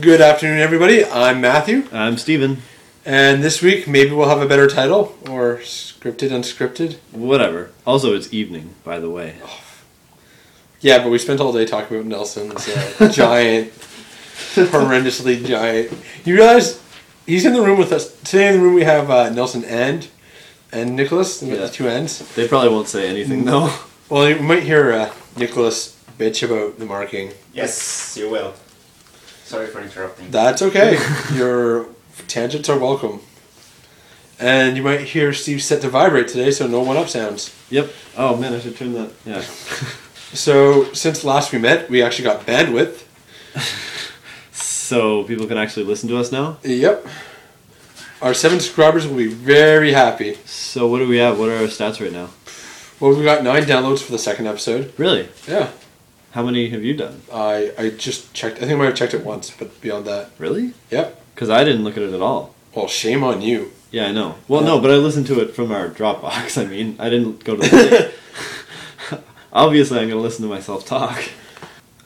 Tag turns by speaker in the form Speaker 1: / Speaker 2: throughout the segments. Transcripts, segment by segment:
Speaker 1: Good afternoon, everybody. I'm Matthew,
Speaker 2: I'm Steven.
Speaker 1: and this week maybe we'll have a better title or scripted, unscripted.
Speaker 2: Whatever. Also, it's evening, by the way.
Speaker 1: Yeah, but we spent all day talking about Nelson's uh, giant, horrendously giant. You realize he's in the room with us today. In the room, we have uh, Nelson and and Nicholas. We got
Speaker 2: Yeah.
Speaker 1: the two ends.
Speaker 2: They probably won't say anything though.
Speaker 1: Well, you might hear uh, Nicholas bitch about the marking.
Speaker 3: Yes, you will. Sorry for interrupting.
Speaker 1: That's okay. Your tangents are welcome. And you might hear Steve set to vibrate today, so no one up sounds.
Speaker 2: Yep. Oh man, I should turn that. Yeah.
Speaker 1: So since last we met, we actually got bandwidth.
Speaker 2: So people can actually listen to us now.
Speaker 1: Yep. Our seven subscribers will be very happy.
Speaker 2: So what do we have? What are our stats right now?
Speaker 1: Well, we got nine downloads for the second episode.
Speaker 2: Really?
Speaker 1: Yeah,
Speaker 2: How many have you done?
Speaker 1: I I just checked. I think I might have checked it once, but beyond that,
Speaker 2: Really?
Speaker 1: yep.
Speaker 2: Because I didn't look at it at all.
Speaker 1: Well, shame on you.
Speaker 2: Yeah, I know. Well, no, but I listened to it from our Dropbox. I mean, I didn't go to the. Obviously, I'm gonna listen to myself talk.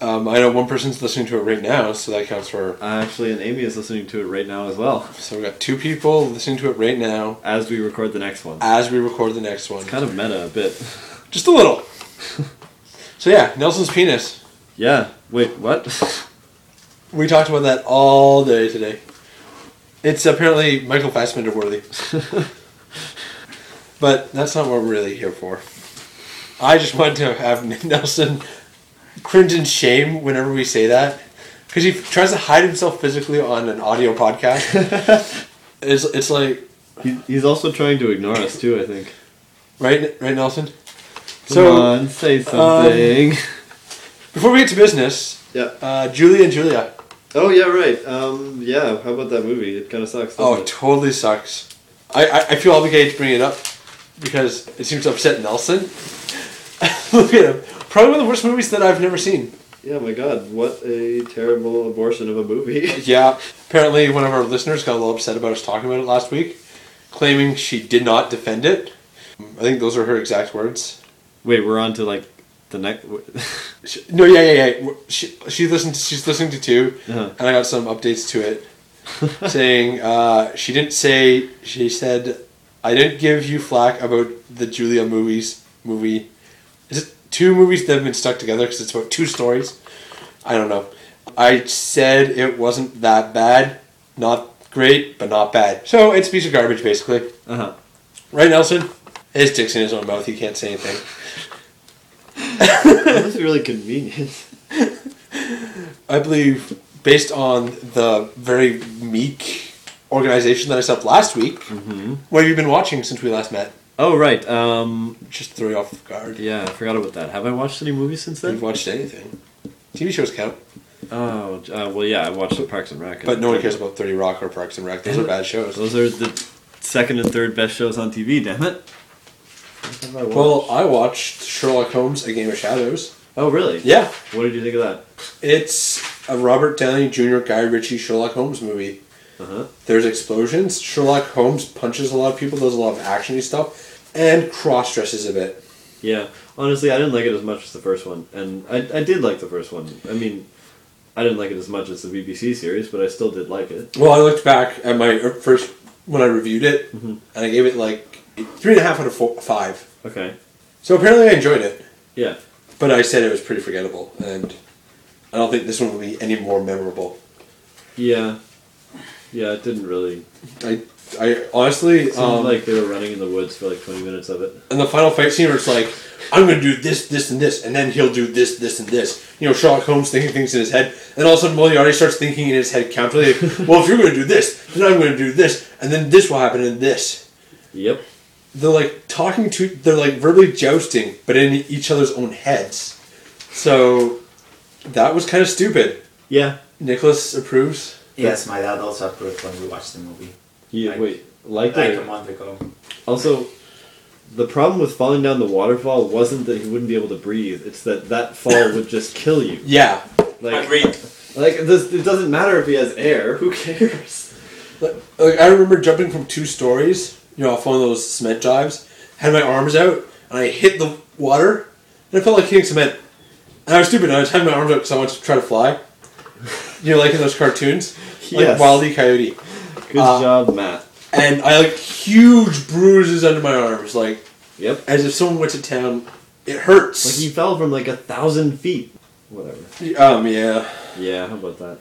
Speaker 1: Um, I know one person's listening to it right now, so that counts for.
Speaker 2: Uh, Actually, and Amy is listening to it right now as well
Speaker 1: So we got two people listening to it right now
Speaker 2: as we record the next one.
Speaker 1: as we record the next one.
Speaker 2: It's kind of meta a bit.
Speaker 1: Just a little. so yeah, Nelson's penis.
Speaker 2: Yeah. Wait. What?
Speaker 1: We talked about that all day today. It's apparently Michael Fassbender worthy. But that's not what we're really here for. I just wanted to have Nelson cringe in shame whenever we say that. Because he tries to hide himself physically on an audio podcast. it's, it's like,
Speaker 2: He, he's also trying to ignore us too. I think.
Speaker 1: right, right, Nelson?
Speaker 2: Come
Speaker 1: So-
Speaker 2: on, say something.
Speaker 1: Before we get to business,
Speaker 2: yeah.
Speaker 1: uh, Julie and Julia.
Speaker 2: Oh yeah, right. Um, yeah. How about that movie? It kind of sucks.
Speaker 1: Oh,
Speaker 2: doesn't
Speaker 1: it
Speaker 2: it?
Speaker 1: totally sucks. I, I, I feel obligated to bring it up because it seems to upset Nelson. Look at him. Probably one of the worst movies that I've never seen.
Speaker 2: yeah. My God, what a terrible abortion of a movie.
Speaker 1: Yeah, apparently one of our listeners got a little upset about us talking about it last week, claiming she did not defend it. I think those are her exact words.
Speaker 2: Wait, we're on to like the next.
Speaker 1: She, no, yeah, yeah, yeah. She, she listened. She's listening to 2
Speaker 2: Uh-huh.
Speaker 1: and I got some updates to it, saying uh, she didn't say. She said, "I didn't give you flack about the Julia movies movie. Is it two movies that have been stuck together because it's about two stories? I don't know. I said it wasn't that bad. Not great, but not bad. So it's a piece of garbage, basically.
Speaker 2: uh huh.
Speaker 1: Right, Nelson? His dick's in his own mouth. He can't say anything."
Speaker 2: That's really convenient.
Speaker 1: I believe, based on the very meek organization that I set up last week, what have you been watching since we last met?
Speaker 2: Oh right. Um.
Speaker 1: Just throw you off guard.
Speaker 2: Yeah. I forgot about that. Have I watched any movies since
Speaker 1: You've
Speaker 2: then?
Speaker 1: watched anything. TV shows count,
Speaker 2: Oh. Uh, well, yeah. I watched Parks and Rec.
Speaker 1: but no one cares about 30 Rock or Parks and Rec. Those are bad shows.
Speaker 2: Those are the second and third best shows on TV. Damn it. What have I watched?
Speaker 1: Well, I watched Sherlock Holmes, A Game of Shadows.
Speaker 2: Oh really?
Speaker 1: Yeah.
Speaker 2: What did you think of that?
Speaker 1: It's a Robert Downey Jr. Guy Ritchie Sherlock Holmes movie.
Speaker 2: Uh-huh.
Speaker 1: There's explosions. Sherlock Holmes punches a lot of people, does a lot of actiony stuff, and cross dresses a bit.
Speaker 2: Yeah. Honestly, I didn't like it as much as the first one, and I, I did like the first one. I mean, I didn't like it as much as the BBC series, but I still did like it.
Speaker 1: Well, I looked back at my er, first when I reviewed it, and I gave it like three and a half out of four, five.
Speaker 2: Okay.
Speaker 1: So apparently, I enjoyed it,
Speaker 2: Yeah.
Speaker 1: but I said it was pretty forgettable, and I don't think this one will be any more memorable.
Speaker 2: Yeah. Yeah. It didn't really.
Speaker 1: I, I honestly,
Speaker 2: It seemed
Speaker 1: um,
Speaker 2: like they were running in the woods for like twenty minutes of it.
Speaker 1: in the final fight scene, where it's like, I'm gonna do this, this, and this, and then he'll do this, this, and this. You know, Sherlock Holmes thinking things in his head, and all of a sudden, Moriarty starts thinking in his head counter, like, well, if you're gonna do this, then I'm gonna do this, and then this will happen, and this.
Speaker 2: Yep.
Speaker 1: they're like talking to they're like verbally jousting but in each other's own heads so that was kind of stupid
Speaker 2: Yeah.
Speaker 1: nicholas approves
Speaker 3: Yes, my dad also approved when we watched the movie.
Speaker 2: You
Speaker 3: I-
Speaker 2: wait. Liked
Speaker 3: Like a
Speaker 2: it.
Speaker 3: month ago.
Speaker 2: Also, the problem with falling down the waterfall wasn't that he wouldn't be able to breathe. It's that that fall would just kill you.
Speaker 1: yeah
Speaker 2: Like, like this, it doesn't matter if he has air. Who cares?
Speaker 1: like, like, i remember jumping from two stories you know off one of those cement jibes had my arms out and i hit the water and i felt like hitting cement and i was stupid and i was having my arms out because i wanted to try to fly You're liking those cartoons? Like
Speaker 2: Yes.
Speaker 1: Wile E. Coyote.
Speaker 2: Good
Speaker 1: Uh,
Speaker 2: job, Matt.
Speaker 1: And I like huge bruises under my arms, like
Speaker 2: Yep.
Speaker 1: as if someone went to town. It
Speaker 2: Like
Speaker 1: hurts.
Speaker 2: he fell from like a thousand feet. Whatever.
Speaker 1: um, yeah.
Speaker 2: Yeah, how about that?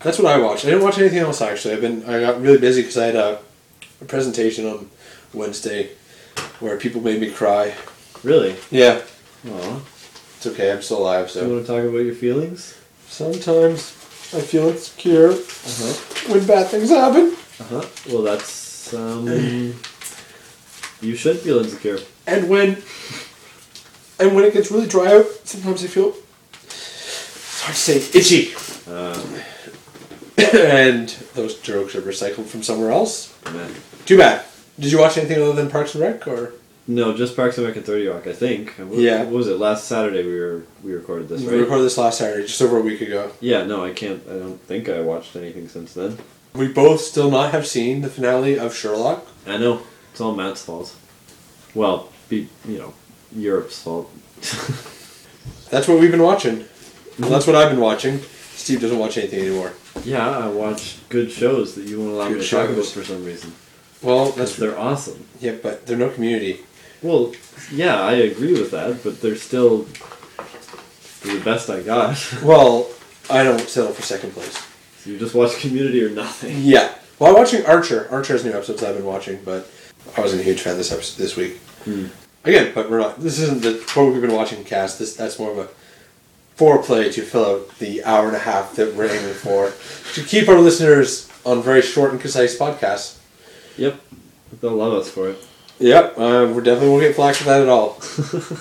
Speaker 1: That's what I watched. I didn't watch anything else actually. I've been I got really busy because I had a, a presentation on Wednesday where people made me cry.
Speaker 2: Really?
Speaker 1: Yeah,
Speaker 2: Aw.
Speaker 1: it's okay. I'm still alive.
Speaker 2: Do you
Speaker 1: So
Speaker 2: want to talk about your feelings?
Speaker 1: sometimes I feel insecure Uh-huh.
Speaker 2: Uh huh.
Speaker 1: when bad things happen,
Speaker 2: Uh huh. Well, that's um. you should feel insecure.
Speaker 1: and when and when it gets really dry out, sometimes I feel it's hard to say itchy.
Speaker 2: Uh,
Speaker 1: Um, and those jokes are recycled from somewhere else.
Speaker 2: Matt.
Speaker 1: Too bad. Did you watch anything other than Parks and Rec or?
Speaker 2: No, just Parks and Rec and Thirty Rock. I think. What,
Speaker 1: Yeah.
Speaker 2: What was it? Last Saturday we were we recorded this,
Speaker 1: We
Speaker 2: right?
Speaker 1: recorded this last Saturday, just over a week ago.
Speaker 2: yeah. No, I can't. I don't think I watched anything since then.
Speaker 1: We both still not have seen the finale of Sherlock.
Speaker 2: I know it's all Matt's fault. Well, be you know Europe's fault.
Speaker 1: That's what we've been watching. Well, that's what I've been watching. Steve doesn't watch anything anymore.
Speaker 2: yeah, I watch good shows that you won't allow me
Speaker 1: Good
Speaker 2: to talk about
Speaker 1: shows.
Speaker 2: for some reason.
Speaker 1: Well,
Speaker 2: That's
Speaker 1: that's
Speaker 2: they're awesome.
Speaker 1: yeah, but they're no community.
Speaker 2: Well, yeah, I agree with that, but they're still the best I got.
Speaker 1: Well, I don't settle for second place.
Speaker 2: so you just watch Community or nothing.
Speaker 1: Yeah. Well, I'm watching Archer. Archer has new episodes I've been watching, but I wasn't a huge fan this episode this week. Again, but we're not. This isn't the what we've been watching cast. This that's more of a foreplay to fill out the hour and a half that we're aiming for to keep our listeners on very short and concise podcasts.
Speaker 2: Yep, they'll love us for it.
Speaker 1: Yep, uh, we definitely won't get flack for that at all.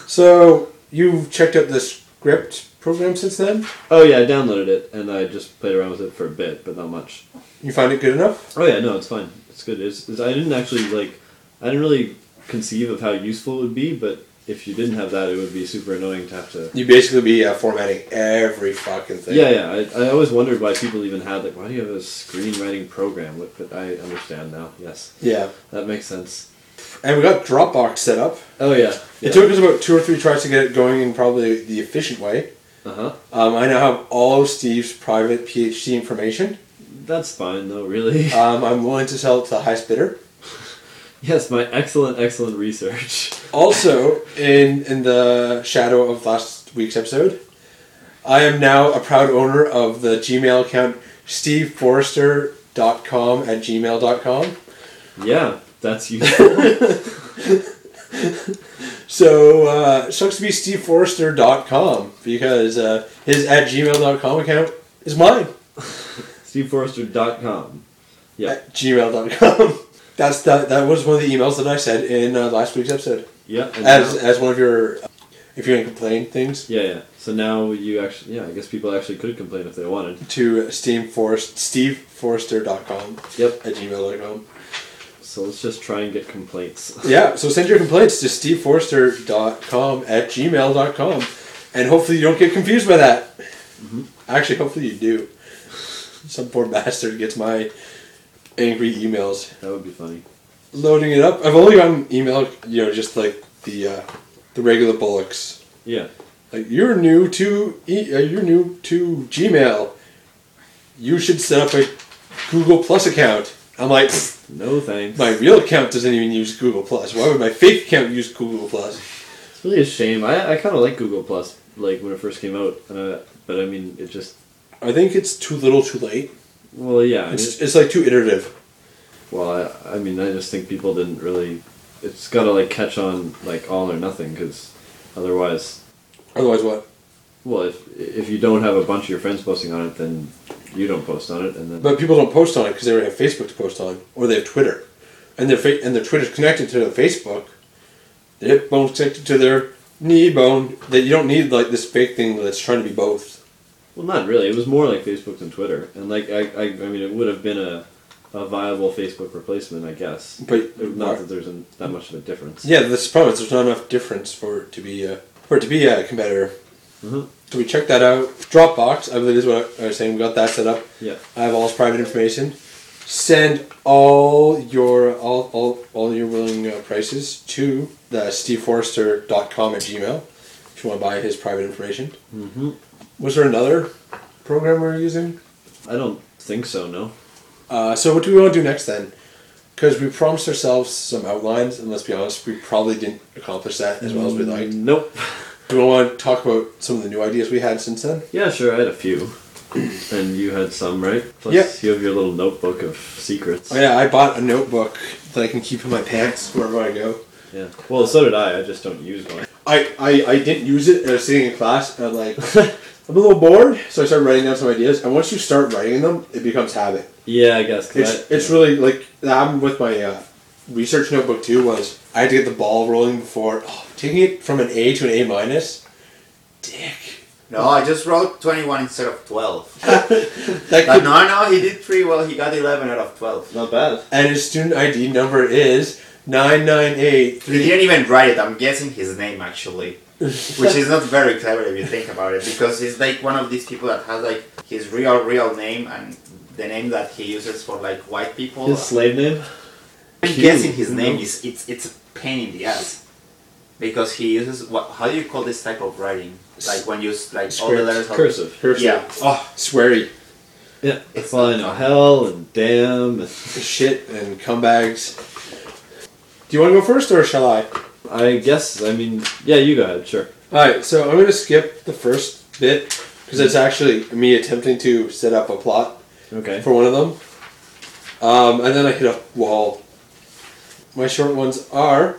Speaker 1: so you've checked out the script program since then.
Speaker 2: Oh yeah, I downloaded it and I just played around with it for a bit, but not much.
Speaker 1: You find it good enough?
Speaker 2: Oh yeah, no, it's fine. It's good. It's, it's, I didn't actually like. I didn't really conceive of how useful it would be, but if you didn't have that, it would be super annoying to have to.
Speaker 1: You basically be uh, formatting every fucking thing.
Speaker 2: Yeah, yeah. I, I always wondered why people even had like, why do you have a screenwriting program? Like, But I understand now. Yes,
Speaker 1: yeah.
Speaker 2: that makes sense.
Speaker 1: And we got Dropbox set up.
Speaker 2: Oh yeah.
Speaker 1: It took us about two or three tries to get it going in probably the efficient way.
Speaker 2: Uh huh.
Speaker 1: Um, I now have all of Steve's private PhD information.
Speaker 2: That's fine though, really.
Speaker 1: Um, I'm willing to sell it to the highest bidder.
Speaker 2: yes, my excellent, excellent research.
Speaker 1: Also, in in the shadow of last week's episode, I am now a proud owner of the Gmail account steveforrester.com at gmail.com.
Speaker 2: Yeah, that's useful.
Speaker 1: So, uh, sucks to be steveforrester.com because uh, his at gmail.com account is mine
Speaker 2: SteveForrester.com. Yeah.
Speaker 1: at gmail.com. That's that, that was one of the emails that I said in uh, last week's episode
Speaker 2: Yeah. and
Speaker 1: as,
Speaker 2: now-
Speaker 1: as one of your uh, if you're going to complain things
Speaker 2: Yeah, yeah. So now you actually, yeah, I guess people actually could complain if they wanted.
Speaker 1: to steveforrest, steveforrester.com
Speaker 2: Yep.
Speaker 1: at gmail.com.
Speaker 2: So let's just try and get complaints.
Speaker 1: Yeah, so send your complaints to steveforster.com at gmail.com. And hopefully you don't get confused by that. Actually, hopefully you do. Some poor bastard gets my angry emails.
Speaker 2: That would be funny.
Speaker 1: Loading it up. I've only gotten email, you know, just like the uh, the regular bullocks.
Speaker 2: Yeah.
Speaker 1: Like you're new to e- uh, you're new to Gmail. You should set up a Google Plus account. I'm like, "Pfft,
Speaker 2: No thanks.
Speaker 1: my real account doesn't even use Google Plus. Why would my fake account use Google Plus?
Speaker 2: It's really a shame. I, I kind of like Google Plus, like when it first came out. Uh, but I mean, it just,
Speaker 1: I think it's too little, too late.
Speaker 2: well, yeah. I
Speaker 1: It's, it's like too iterative.
Speaker 2: Well, I, I mean, I just think people didn't really. It's got to like catch on like all or nothing because otherwise,
Speaker 1: Otherwise, what?
Speaker 2: well, if if you don't have a bunch of your friends posting on it, then you don't post on it, and then
Speaker 1: But people don't post on it because they already have Facebook to post on, or they have Twitter, and their fa- and their Twitter's connected to their Facebook. Their hip bone's connected to their knee bone. That you don't need like this fake thing that's trying to be both.
Speaker 2: well, not really. It was more like Facebook than Twitter, and like I, I, I mean, it would have been a a viable Facebook replacement, I guess.
Speaker 1: But
Speaker 2: Not that there's an, that much of a difference.
Speaker 1: yeah, this problem is there's not enough difference for it to be a, for it to be a competitor.
Speaker 2: Mhm.
Speaker 1: So we checked that out. Dropbox, I believe is what I was saying. We got that set up.
Speaker 2: Yeah.
Speaker 1: I have all his private information. Send all your all all, all your willing uh, prices to the steveforrester.com at gmail if you want to buy his private information.
Speaker 2: Mm-hmm.
Speaker 1: Was there another program we were using?
Speaker 2: I don't think so. No.
Speaker 1: Uh, so what do we want to do next then? Because we promised ourselves some outlines, and let's be honest, we probably didn't accomplish that as well as we'd liked.
Speaker 2: Nope.
Speaker 1: Do we want to talk about some of the new ideas we had since then?
Speaker 2: Yeah, sure. I had a few, and you had some, right? Plus,
Speaker 1: Yeah.
Speaker 2: you have your little notebook of secrets.
Speaker 1: Oh yeah, I bought a notebook that I can keep in my pants wherever I go.
Speaker 2: Yeah. Well, so did I. I just don't use mine.
Speaker 1: I, I, I didn't use it. and I was sitting in class, and I'm like, I'm a little bored, so I started writing down some ideas. And once you start writing them, it becomes habit.
Speaker 2: Yeah, I guess. 'cause
Speaker 1: It's,
Speaker 2: I,
Speaker 1: it's really like I'm with my uh, research notebook too. Was I had to get the ball rolling before oh, taking it from an A to an A minus? Dick.
Speaker 3: No, I just wrote 21 instead of 12.
Speaker 1: That
Speaker 3: But
Speaker 1: could,
Speaker 3: no, no, he did pretty well. He got 11 out of 12.
Speaker 2: not bad.
Speaker 1: and his student ID number is nine nine eight
Speaker 3: He
Speaker 1: three.
Speaker 3: didn't even write it. I'm guessing his name actually, which is not very clever if you think about it, because he's like one of these people that has like his real, real name and the name that he uses for like white people.
Speaker 2: His slave name.
Speaker 3: I'm
Speaker 2: Q,
Speaker 3: guessing his
Speaker 2: you
Speaker 3: name
Speaker 2: know?
Speaker 3: is it's it's a pain in the ass because he uses what? How do you call this type of writing? Like when you s- like all the
Speaker 1: Script.
Speaker 3: letters. are-
Speaker 2: Cursive.
Speaker 3: Yeah. Oh,
Speaker 1: Sweary,
Speaker 2: Yeah.
Speaker 3: It's
Speaker 2: well, I know hell and damn. And
Speaker 1: shit, and cumbags. Do you want to go first or shall I?
Speaker 2: I guess. I mean, yeah. You go ahead. Sure.
Speaker 1: All right, so I'm gonna skip the first bit because it's actually me attempting to set up a plot
Speaker 2: Okay.
Speaker 1: for one of them. Um, and then I hit a wall. My short ones are.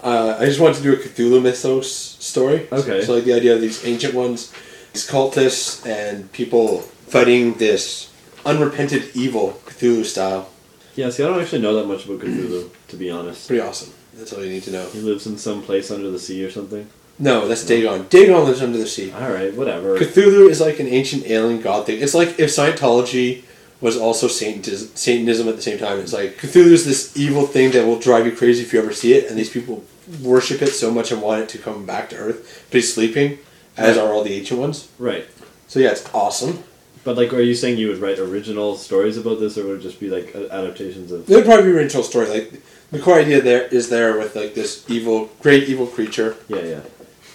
Speaker 1: Uh, I just wanted to do a Cthulhu mythos story.
Speaker 2: Okay.
Speaker 1: So, like the idea of these ancient ones, these cultists, and people fighting this unrepented evil Cthulhu style.
Speaker 2: Yeah. See, I don't actually know that much about Cthulhu, to be honest.
Speaker 1: Pretty awesome. That's all you need to know.
Speaker 2: He lives in some place under the sea or something.
Speaker 1: No, that's Dagon. Dagon lives under the sea.
Speaker 2: All right. Whatever.
Speaker 1: Cthulhu is like an ancient alien god thing. It's like if Scientology was also Satanism, Satanism at the same time. It's like Cthulhu is this evil thing that will drive you crazy if you ever see it, and these people worship it so much and want it to come back to Earth. But he's sleeping, as are all the ancient ones.
Speaker 2: Right.
Speaker 1: So yeah, it's awesome.
Speaker 2: But like, are you saying you would write original stories about this, or would it just be like a- adaptations of?
Speaker 1: It'd probably be an original story. Like the core idea there is there with like this evil, great evil creature,
Speaker 2: Yeah, yeah.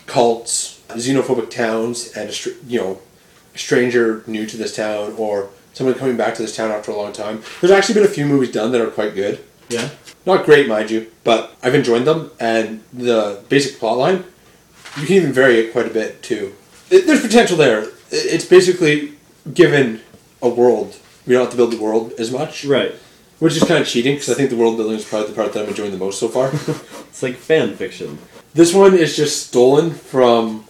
Speaker 1: cults, xenophobic towns, and a str- you know, a stranger new to this town or someone coming back to this town after a long time. There's actually been a few movies done that are quite good,
Speaker 2: Yeah.
Speaker 1: not great, mind you, but I've enjoyed them. And the basic plot line, you can even vary it quite a bit too. It, there's potential there. I- It's basically given a world. We don't have to build the world as much,
Speaker 2: Right.
Speaker 1: which is kind of cheating because I think the world building is probably the part that I'm enjoying the most so far.
Speaker 2: It's like fan fiction.
Speaker 1: This one is just stolen from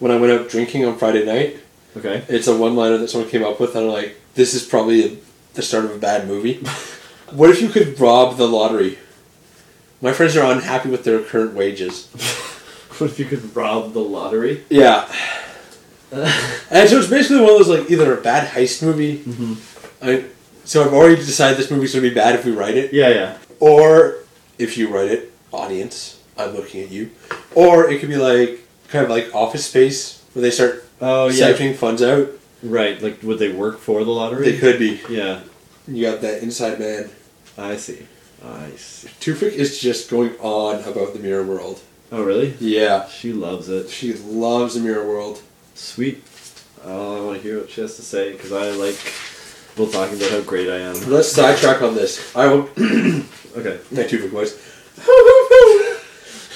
Speaker 1: when I went out drinking on Friday night.
Speaker 2: Okay.
Speaker 1: It's a one liner that someone came up with, and I'm like, this is probably a, the start of a bad movie. what if you could rob the lottery? My friends are unhappy with their current wages.
Speaker 2: What if you could rob the lottery?
Speaker 1: Yeah. and so it's basically one of those, like, either a bad heist movie. Mm-hmm. I, so I've already decided this movie's going to be bad if we write it.
Speaker 2: Yeah, yeah.
Speaker 1: Or if you write it, audience, I'm looking at you. Or it could be like kind of like office space where they start
Speaker 2: Oh yeah.
Speaker 1: siphoning funds out.
Speaker 2: Right. Like, would they work for the lottery?
Speaker 1: They could be.
Speaker 2: Yeah.
Speaker 1: You got that inside man.
Speaker 2: I see. I see.
Speaker 1: Tufik is just going on about the mirror world.
Speaker 2: Oh really?
Speaker 1: Yeah.
Speaker 2: She loves it.
Speaker 1: She loves the mirror world.
Speaker 2: Sweet. Oh, I want to hear what she has to say because I like. Well, talking about how great I am.
Speaker 1: Let's sidetrack on this. I will
Speaker 2: Okay.
Speaker 1: my Tufik voice.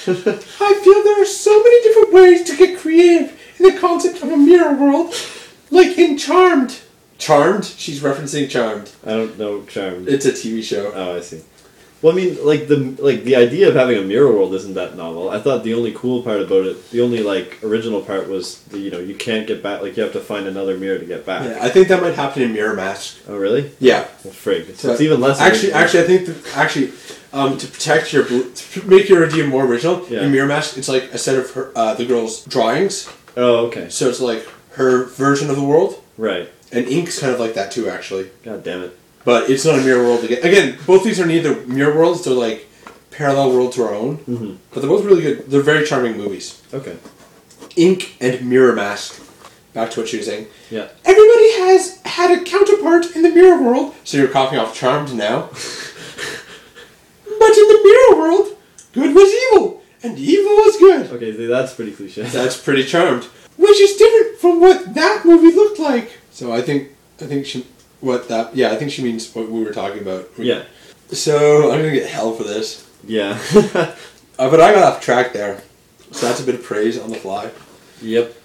Speaker 1: I feel there are so many different ways to get creative in the concept of a mirror world, like in Charmed. Charmed? She's referencing Charmed.
Speaker 2: I don't know charmed.
Speaker 1: It's a TV show.
Speaker 2: Oh, I see. Well, I mean, like the like the idea of having a mirror world isn't that novel. I thought the only cool part about it, the only like original part was the, you know you can't get back, like you have to find another mirror to get back.
Speaker 1: Yeah, I think that might happen in Mirror Mask.
Speaker 2: Oh, really?
Speaker 1: Yeah,
Speaker 2: Well, frig. So
Speaker 1: but
Speaker 2: it's even less.
Speaker 1: Actually,
Speaker 2: original.
Speaker 1: actually, I think that, actually um, to protect your bl- to make your idea more original
Speaker 2: Yeah.
Speaker 1: in Mirror Mask, it's like a set of her, uh, the girl's drawings.
Speaker 2: Oh, okay.
Speaker 1: So it's like her version of the world,
Speaker 2: Right.
Speaker 1: and ink's kind of like that too, actually.
Speaker 2: God damn it.
Speaker 1: But it's not a mirror world again. Again, both these are neither mirror worlds; they're like parallel world to our own.
Speaker 2: Mhm.
Speaker 1: But they're both really good. They're very charming movies.
Speaker 2: Okay.
Speaker 1: Ink and Mirror Mask. Back to what she was saying.
Speaker 2: Yeah.
Speaker 1: Everybody has had a counterpart in the mirror world, so you're coughing off charmed now. but in the mirror world, good was evil, and evil was good.
Speaker 2: Okay. See, that's pretty cliche.
Speaker 1: That's pretty charmed. Which is different from what that movie looked like. So I think I think she what that. Yeah, I think she means what we were talking about.
Speaker 2: Yeah.
Speaker 1: So I'm gonna get hell for this,
Speaker 2: Yeah.
Speaker 1: uh, but I got off track there. So that's a bit of praise on the fly.
Speaker 2: yep.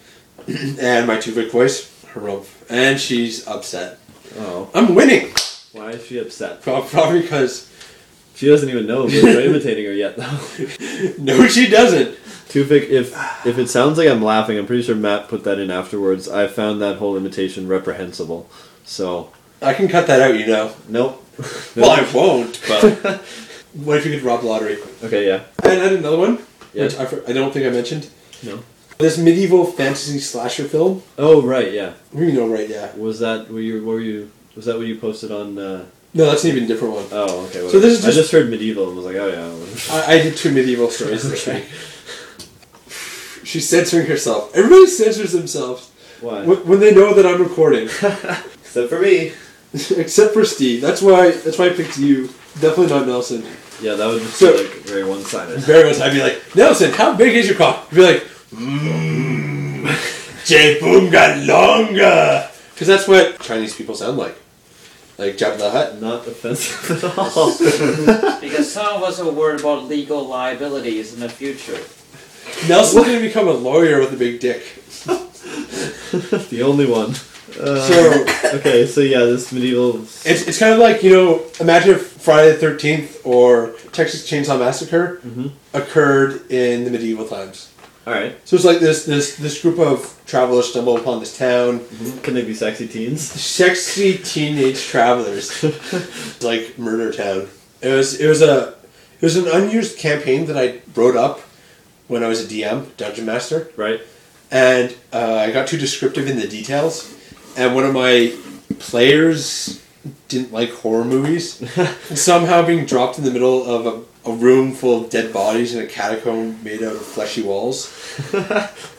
Speaker 1: And my two-bit voice, harumph, and she's upset.
Speaker 2: Oh.
Speaker 1: I'm winning,
Speaker 2: Why is she upset?
Speaker 1: Pro- probably because
Speaker 2: She doesn't even know if we're imitating her yet, though.
Speaker 1: no, she doesn't.
Speaker 2: Tufik, if if it sounds like I'm laughing, I'm pretty sure Matt put that in afterwards. I found that whole imitation reprehensible. So,
Speaker 1: I can cut that out, you know.
Speaker 2: nope.
Speaker 1: Well, I won't. But what if you could rob the lottery?
Speaker 2: okay, yeah.
Speaker 1: And I had another one,
Speaker 2: Yeah.
Speaker 1: which I, for- I don't think I mentioned.
Speaker 2: No.
Speaker 1: This medieval fantasy slasher film.
Speaker 2: Oh, right, yeah.
Speaker 1: You know, right? Yeah.
Speaker 2: Was that were you were you was that what you posted on uh
Speaker 1: No, that's an even different one.
Speaker 2: Oh, okay.
Speaker 1: So this is
Speaker 2: I
Speaker 1: just-
Speaker 2: just heard medieval and was like, "Oh yeah."
Speaker 1: I, I did two medieval stories this week. She's censoring herself. Everybody censors themselves
Speaker 2: Why?
Speaker 1: when, when they know that I'm recording,
Speaker 2: Except for me.
Speaker 1: except for Steve. That's why. That's why I picked you. Definitely not Nelson.
Speaker 2: Yeah, that would just
Speaker 1: So-
Speaker 2: be like very one-sided.
Speaker 1: Very much. I'd be like, Nelson, how big is your cock? You'd be like, mmm, got longa. Because that's what Chinese people sound like. Like Jabba the Hutt.
Speaker 2: Not offensive at all.
Speaker 4: Because some of us are worried about legal liabilities in the future.
Speaker 1: Nelson's going to become a lawyer with a big dick.
Speaker 2: the only one. Uh,
Speaker 1: So
Speaker 2: okay, so yeah, this medieval
Speaker 1: it's, it's kind of like, you know, imagine if Friday the 13th or Texas Chainsaw Massacre
Speaker 2: Mhm.
Speaker 1: occurred in the medieval times.
Speaker 2: All right.
Speaker 1: So it's like this, this, this group of travelers stumble upon this town.
Speaker 2: Can they be sexy teens?
Speaker 1: sexy teenage travelers like murder town it was it was a it was an unused campaign that i wrote up when i was a dm dungeon master
Speaker 2: Right.
Speaker 1: and uh, i got too descriptive in the details and one of my players didn't like horror movies and somehow being dropped in the middle of a, a room full of dead bodies in a catacomb made out of fleshy walls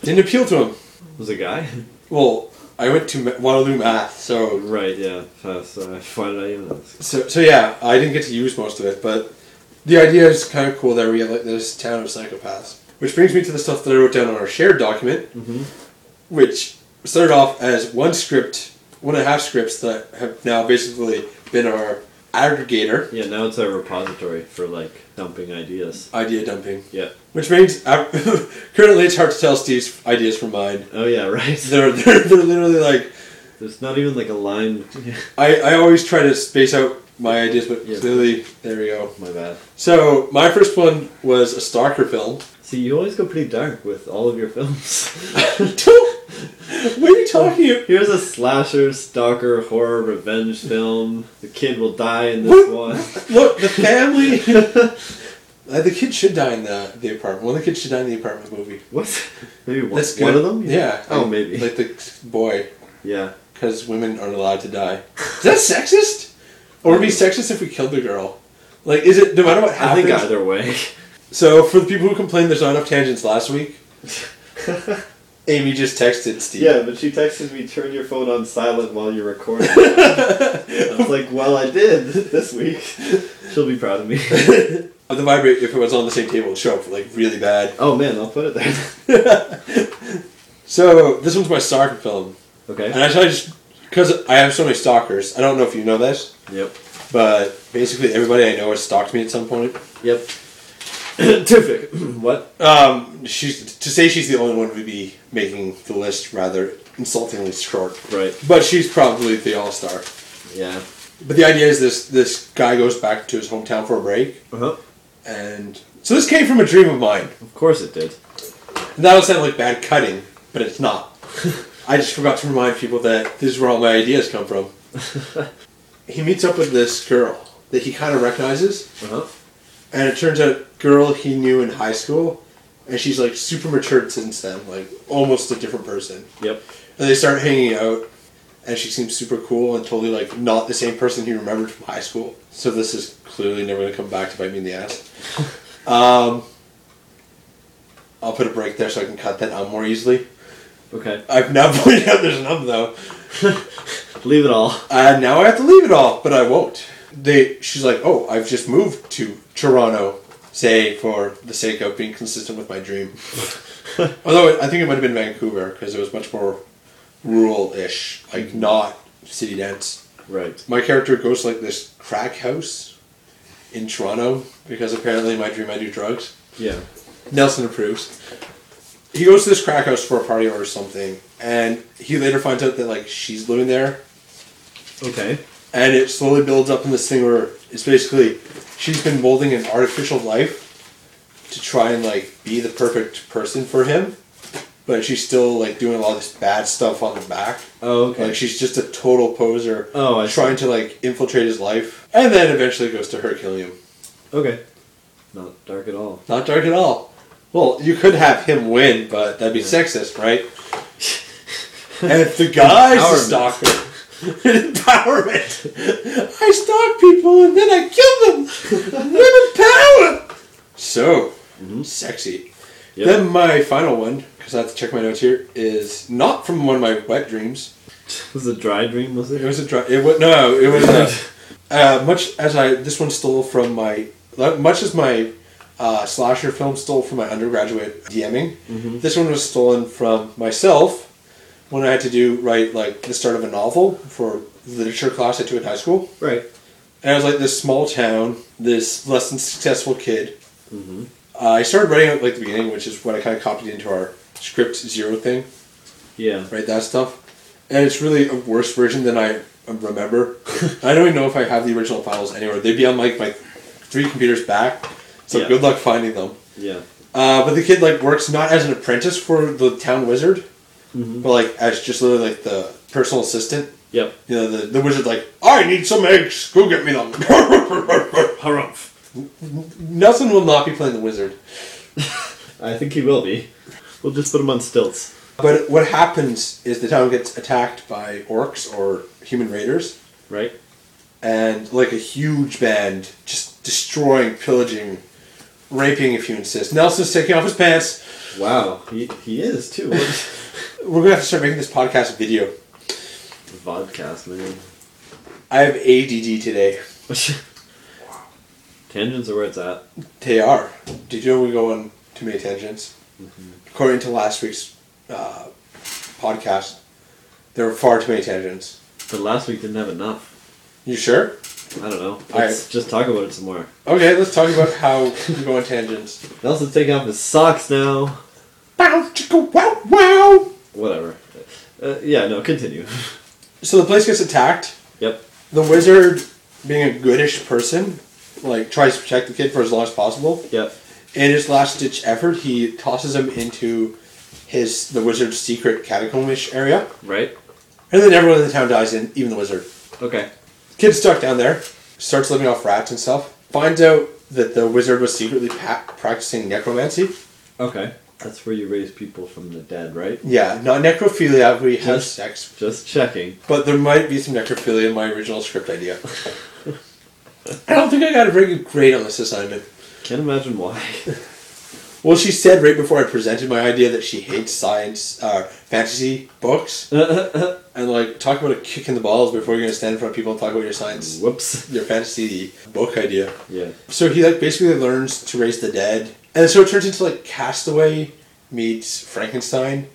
Speaker 1: didn't appeal to him
Speaker 2: Was a guy.
Speaker 1: well i went to Ma- waterloo math so
Speaker 2: Right. Yeah. Uh, so why did I even ask?
Speaker 1: So, so yeah, I didn't get to use most of it, but the idea is kind of cool that we have like this town of psychopaths. Which brings me to the stuff that I wrote down on our shared document,
Speaker 2: Mhm.
Speaker 1: which started off as one script, one and a half scripts that have now basically been our aggregator,
Speaker 2: Yeah. Now it's a repository for like dumping ideas.
Speaker 1: idea dumping.
Speaker 2: Yeah.
Speaker 1: Which means I- currently it's hard to tell Steve's ideas from mine.
Speaker 2: Oh yeah. Right.
Speaker 1: They're, they're, they're literally like,
Speaker 2: There's not even like a line. Oh,
Speaker 1: I, I always try to space out my ideas, but
Speaker 2: Yeah.
Speaker 1: clearly, there we go.
Speaker 2: My bad.
Speaker 1: So, my first one was a stalker film.
Speaker 2: See, you always go pretty dark with all of your films.
Speaker 1: Don't- what are you talking about?
Speaker 2: Here's a slasher, stalker, horror, revenge film. The kid will die in this
Speaker 1: What?
Speaker 2: one.
Speaker 1: Look, the family. Uh, the kid should die in the, the apartment. One of the kids should die in the apartment movie.
Speaker 2: What? Maybe one,
Speaker 1: That's
Speaker 2: one
Speaker 1: good.
Speaker 2: of them.
Speaker 1: Yeah.
Speaker 2: Oh,
Speaker 1: Like-
Speaker 2: maybe.
Speaker 1: Like the boy,
Speaker 2: Yeah.
Speaker 1: because women aren't allowed to die. Is that sexist? Or would it be sexist if we killed the girl? Like, is it no matter what
Speaker 2: I
Speaker 1: happens?
Speaker 2: think either way.
Speaker 1: So, for the people who complained there's not enough tangents last week, Amy just texted Steve.
Speaker 2: Yeah, but she texted me, turn your phone on silent while you're recording. I was like, well, I did this week. She'll be proud of me.
Speaker 1: Of the vibrate, if it was on the same table, it'd show up like really bad.
Speaker 2: oh man, I'll put it there.
Speaker 1: So, this one's my soccer film. And
Speaker 2: Okay.
Speaker 1: I try just because I have so many stalkers. I don't know if you know this,
Speaker 2: Yep.
Speaker 1: but basically everybody I know has stalked me at some point.
Speaker 2: Yep. Tufik. what?
Speaker 1: Um, she's to say she's the only one would be making the list rather insultingly short.
Speaker 2: Right.
Speaker 1: But she's probably the all star.
Speaker 2: Yeah.
Speaker 1: But the idea is this: this guy goes back to his hometown for a break,
Speaker 2: Uh huh.
Speaker 1: and so this came from a dream of mine.
Speaker 2: Of course it did.
Speaker 1: And that'll sound like bad cutting, but it's not.
Speaker 2: Uh-huh.
Speaker 1: I just forgot to remind people that this is where all my ideas come from. he meets up with this girl that he kind of recognizes.
Speaker 2: Uh huh.
Speaker 1: And it turns out, girl he knew in high school, and she's like super matured since then, like almost a different person.
Speaker 2: Yep.
Speaker 1: And they start hanging out, and she seems super cool and totally like not the same person he remembered from high school. So this is clearly never gonna come back to bite me in the ass. um, I'll put a break there so I can cut that um more easily.
Speaker 2: Okay.
Speaker 1: I've now pointed out there's an um though.
Speaker 2: Leave it all.
Speaker 1: Uh, now I have to leave it all, but I won't. They, she's like, oh, I've just moved to Toronto, say for the sake of being consistent with my dream. Although I think it might have been Vancouver because it was much more rural-ish, like not city dense.
Speaker 2: Right.
Speaker 1: My character goes to, like this crack house in Toronto because apparently in my dream I do drugs.
Speaker 2: Yeah.
Speaker 1: Nelson approves. He goes to this crack house for a party or something, and he later finds out that like she's living there,
Speaker 2: Okay.
Speaker 1: and it slowly builds up in this thing where it's basically she's been molding an artificial life to try and like be the perfect person for him, but she's still like doing a lot of this bad stuff on the back.
Speaker 2: Oh, okay.
Speaker 1: Like she's just a total poser.
Speaker 2: Oh, I see.
Speaker 1: trying to like infiltrate his life, and then eventually it goes to her killing him.
Speaker 2: okay. Not dark at all.
Speaker 1: Not dark at all. Well, you could have him win, but that'd be sexist, right? and if the guy's a stalker, empowerment. I stalk people and then I kill them. Women power. So sexy.
Speaker 2: Yep.
Speaker 1: Then my final one, because I have to check my notes here, is not from one of my wet dreams.
Speaker 2: Was it a dry dream? Was
Speaker 1: It
Speaker 2: it?
Speaker 1: was a dry. It was no. It was a, uh, much as I. This one stole from my. Much as my uh, slasher film stole from my undergraduate DMing. This one was stolen from myself when I had to do write like the start of a novel for literature class I took in high school.
Speaker 2: Right.
Speaker 1: And I was like this small town, this less than successful kid. Uh, I started writing out like the beginning, which is what I kind of copied into our script zero thing
Speaker 2: Yeah.
Speaker 1: right? That stuff. And it's really a worse version than I remember. I don't even know if I have the original files anywhere. They'd be on like my three computers back. So
Speaker 2: Yeah.
Speaker 1: good luck finding them.
Speaker 2: Yeah.
Speaker 1: Uh, but the kid like works not as an apprentice for the town wizard, but like as just literally like the personal assistant.
Speaker 2: Yep.
Speaker 1: You know, the, the wizard's like, I need some eggs, go get me them.
Speaker 2: Harumph.
Speaker 1: Nelson will not be playing the wizard.
Speaker 2: I think he will be. We'll just put him on stilts.
Speaker 1: But what happens is the town gets attacked by orcs or human raiders.
Speaker 2: Right.
Speaker 1: and like a huge band just destroying, pillaging, raping if you insist. Nelson's taking off his pants.
Speaker 2: Wow. He, he is too. What?
Speaker 1: We're gonna have to start making this podcast video.
Speaker 2: Vodcast, man.
Speaker 1: I have ADD today.
Speaker 2: Tangents are where it's at.
Speaker 1: They are. Did you know we go on too many tangents? Mm-hmm. According to last week's uh, podcast, there were far too many tangents.
Speaker 2: But last week didn't have enough.
Speaker 1: You sure?
Speaker 2: I don't know.
Speaker 1: All
Speaker 2: Let's just talk about it some more.
Speaker 1: Okay, let's talk about how we go on tangents.
Speaker 2: Nelson's taking off his socks now.
Speaker 1: Bow, chicka, wow, wow.
Speaker 2: Whatever. Uh, yeah, no, continue.
Speaker 1: So the place gets attacked.
Speaker 2: yep.
Speaker 1: the wizard, being a goodish person, like tries to protect the kid for as long as possible.
Speaker 2: Yep.
Speaker 1: In his last ditch effort, he tosses him into his the wizard's secret catacombish area,
Speaker 2: Right?
Speaker 1: and then everyone in the town dies, and even the wizard.
Speaker 2: Okay.
Speaker 1: Kid's stuck down there, starts living off rats and stuff. Finds out that the wizard was secretly pa- practicing necromancy.
Speaker 2: Okay. That's where you raise people from the dead, right?
Speaker 1: Yeah, not necrophilia. We have
Speaker 2: Yes.
Speaker 1: sex,
Speaker 2: Just checking.
Speaker 1: but there might be some necrophilia in my original script idea. I don't think I got a very good grade on this assignment.
Speaker 2: Can't imagine why.
Speaker 1: Well, she said right before I presented my idea that she hates science, uh, fantasy books, and like talk about a kick in the balls before you're gonna stand in front of people and talk about your science,
Speaker 2: Whoops.
Speaker 1: your fantasy book idea.
Speaker 2: Yeah.
Speaker 1: So he like basically learns to raise the dead, and so it turns into like Castaway meets Frankenstein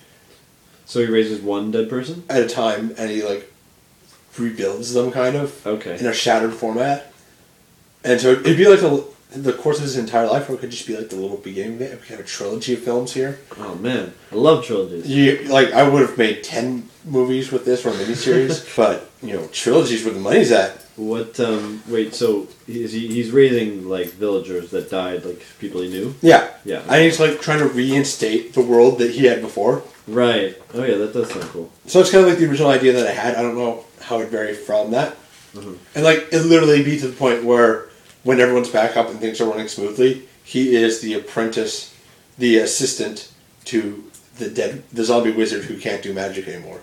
Speaker 2: So he raises one dead person?
Speaker 1: at a time, and he like rebuilds them kind of in
Speaker 2: Okay.
Speaker 1: a shattered format, and so it'd be like a, the course of his entire life, or it could just be like the little beginning bit. We have a trilogy of films here.
Speaker 2: Oh man. I love trilogies.
Speaker 1: You like I would have made ten movies with this or miniseries, but you know trilogies where the money's at.
Speaker 2: What, um, wait, so is he, he's raising, like, villagers that died, like, people he knew?
Speaker 1: Yeah,
Speaker 2: Yeah.
Speaker 1: I think it's like trying to reinstate the world that he had before.
Speaker 2: Right. Oh yeah, that does sound cool.
Speaker 1: So it's kind of like the original idea that I had. I don't know how it varied from that, and like it literally be to the point where when everyone's back up and things are running smoothly, he is the apprentice, the assistant to the dead, the zombie wizard who can't do magic anymore.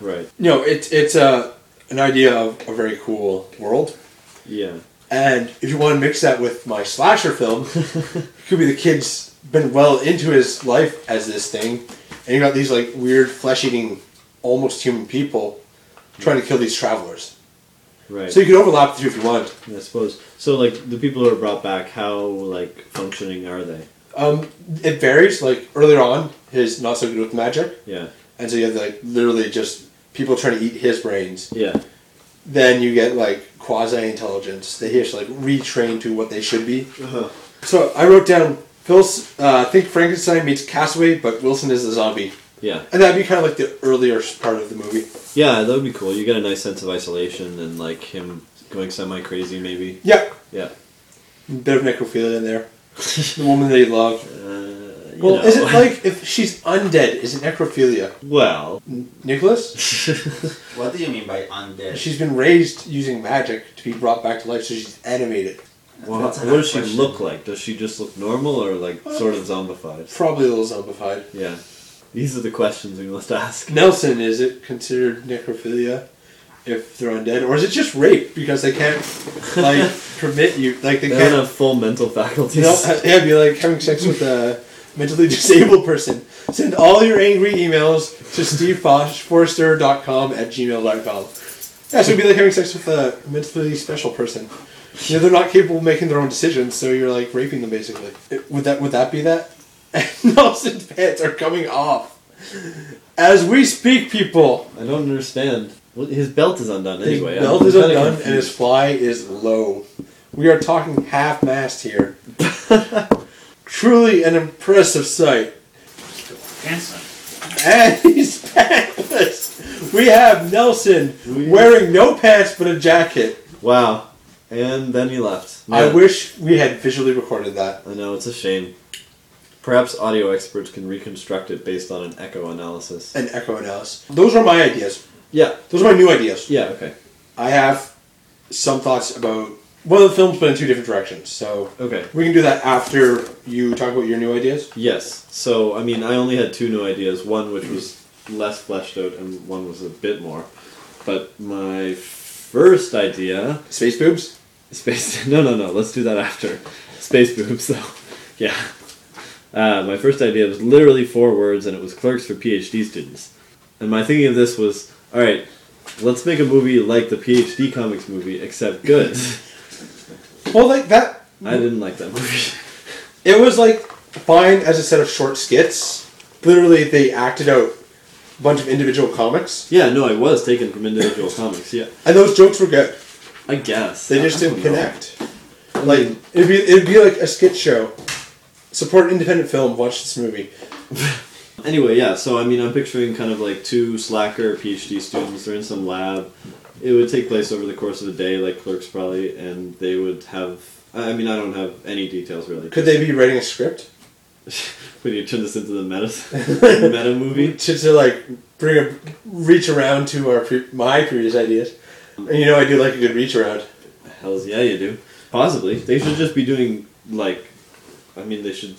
Speaker 2: Right.
Speaker 1: No, it's it's a an idea of a very cool world.
Speaker 2: Yeah.
Speaker 1: And if you want to mix that with my slasher film, it could be the kid's been well into his life as this thing, and you got these like weird flesh eating, almost human people trying to kill these travelers.
Speaker 2: Right.
Speaker 1: So you can overlap the two if you want.
Speaker 2: I suppose. So like the people who are brought back, how like functioning are they?
Speaker 1: Um, it varies. Like earlier on, his not so good with magic,
Speaker 2: Yeah.
Speaker 1: and so you have like literally just people trying to eat his brains.
Speaker 2: Yeah.
Speaker 1: then you get like quasi intelligence. They have to like retrain to what they should be. So I wrote down Phil's uh, think Frankenstein meets Castaway, but Wilson is a zombie,
Speaker 2: Yeah,
Speaker 1: and that'd be kind of like the earlier part of the movie.
Speaker 2: yeah, that would be cool. You get a nice sense of isolation and like him going semi crazy, maybe.
Speaker 1: Yeah,
Speaker 2: Yeah.
Speaker 1: bit of necrophilia in there. the woman that he loved.
Speaker 2: Uh, you
Speaker 1: Well,
Speaker 2: know.
Speaker 1: is it like if she's undead? Is it necrophilia?
Speaker 2: well?
Speaker 1: Nicholas,
Speaker 3: What do you mean by undead?
Speaker 1: she's been raised using magic to be brought back to life, so she's animated.
Speaker 2: well
Speaker 3: That's
Speaker 2: what
Speaker 3: a hard
Speaker 2: does she
Speaker 3: question.
Speaker 2: look like? Does she just look normal or like sort of zombified?
Speaker 1: Probably a little zombified.
Speaker 2: Yeah. These are the questions we must ask.
Speaker 1: Nelson, is it considered necrophilia if they're undead, or is it just rape because they can't like permit you, like they
Speaker 2: They don't
Speaker 1: can't?
Speaker 2: have full mental
Speaker 1: You
Speaker 2: faculties.
Speaker 1: know, yeah, be like having sex with a mentally disabled person. Send all your angry emails to steveforster.com at gmail.com. Yeah, so it'd be like having sex with a mentally special person. You know, they're not capable of making their own decisions, so you're like raping them basically. It- would that would that be that? Nelson's pants are coming off. As we speak, people.
Speaker 2: I don't understand. Well, his belt is undone
Speaker 1: His
Speaker 2: anyway.
Speaker 1: belt
Speaker 2: I'm
Speaker 1: is
Speaker 2: kinda
Speaker 1: undone and
Speaker 2: confused.
Speaker 1: his fly is low. We are talking half mast here. Truly an impressive sight.
Speaker 4: Handsome.
Speaker 1: And he's pantless. We have Nelson
Speaker 2: We-
Speaker 1: wearing no pants but a jacket.
Speaker 2: Wow. And then he left.
Speaker 1: I
Speaker 2: Man,
Speaker 1: wish we had visually recorded that.
Speaker 2: I know, it's a shame. Perhaps audio experts can reconstruct it based on an echo analysis.
Speaker 1: An echo analysis. Those are my ideas.
Speaker 2: Yeah.
Speaker 1: Those are my new ideas.
Speaker 2: Yeah, okay.
Speaker 1: I have some thoughts about one of the films, but in two different directions. So
Speaker 2: Okay.
Speaker 1: we can do that after you talk about your new ideas.
Speaker 2: Yes. So, I mean, I only had two new ideas. One which was less fleshed out, and one was a bit more. But my first idea.
Speaker 1: Space boobs.
Speaker 2: Space. No, no, no. Let's do that after. Space boobs, though. Yeah. Uh, my first idea was literally four words, and it was clerks for PhD students. And my thinking of this was all right, let's make a movie like the PhD comics movie, except good.
Speaker 1: Well, like that.
Speaker 2: I didn't like that movie.
Speaker 1: It was like fine as a set of short skits. Literally, they acted out a bunch of individual comics,
Speaker 2: Yeah, no, it was taken from individual comics. Yeah,
Speaker 1: and those jokes were good.
Speaker 2: I guess
Speaker 1: They just
Speaker 2: I
Speaker 1: didn't
Speaker 2: don't know.
Speaker 1: connect. Like it'd be it'd be like a skit show. Support independent film. Watch this movie.
Speaker 2: Anyway, yeah, so I mean, I'm picturing kind of like two slacker PhD students. They're in some lab. It would take place over the course of a day, like clerks probably, and they would have. I I mean, I don't have any details really.
Speaker 1: Could they be writing a script
Speaker 2: Would you turn this into the meta, meta
Speaker 1: to,
Speaker 2: movie?
Speaker 1: to like bring a reach around to our pre- my previous ideas? And you know, I do like a good reach around.
Speaker 2: Hells yeah, you do. Possibly. They should just be doing, like. I mean, they should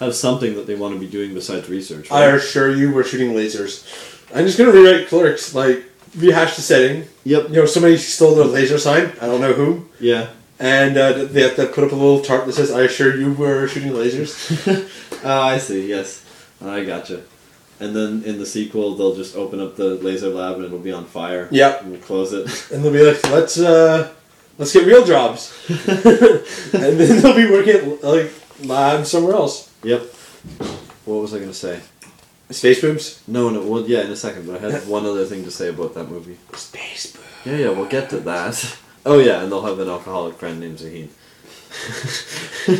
Speaker 2: have something that they want to be doing besides research.
Speaker 1: I
Speaker 2: right?
Speaker 1: assure you, we're shooting lasers. I'm just gonna rewrite clerks like rehash the setting.
Speaker 2: Yep.
Speaker 1: You know, somebody stole their laser sign. I don't know who.
Speaker 2: Yeah.
Speaker 1: And uh, they have to put up a little tarp that says, I assure you we're shooting lasers.
Speaker 2: Oh, I see. Yes, I gotcha. And then in the sequel, they'll just open up the laser lab and it'll be on fire.
Speaker 1: Yep.
Speaker 2: And we'll close it.
Speaker 1: And they'll be like, let's, uh, let's get real jobs. and then they'll be working at, like, labs somewhere else.
Speaker 2: Yep. What was I gonna say?
Speaker 1: Space boobs?
Speaker 2: No, no. Well, yeah, in a second. But I had one other thing to say about that movie.
Speaker 1: Space boobs.
Speaker 2: Yeah, yeah. We'll get to that. Oh yeah, and they'll have an alcoholic friend named Zaheen.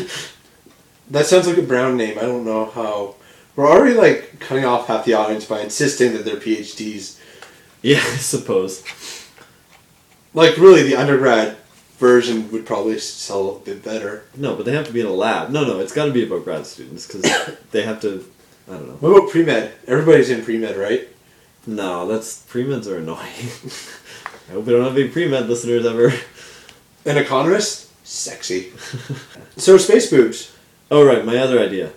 Speaker 1: That sounds like a brown name. I don't know how. We're already, like, cutting off half the audience by insisting that they're PhDs.
Speaker 2: Yeah, I suppose.
Speaker 1: Like, really, the undergrad version would probably sell a bit better.
Speaker 2: No, but they have to be in a lab. No, no. It's got to be about grad students because they have to. I don't know.
Speaker 1: What about pre med? Everybody's in pre med, right?
Speaker 2: No, that's pre-meds are annoying. I hope we don't have any pre-med listeners ever.
Speaker 1: An economist? Sexy. so space boobs.
Speaker 2: Oh right, my other idea.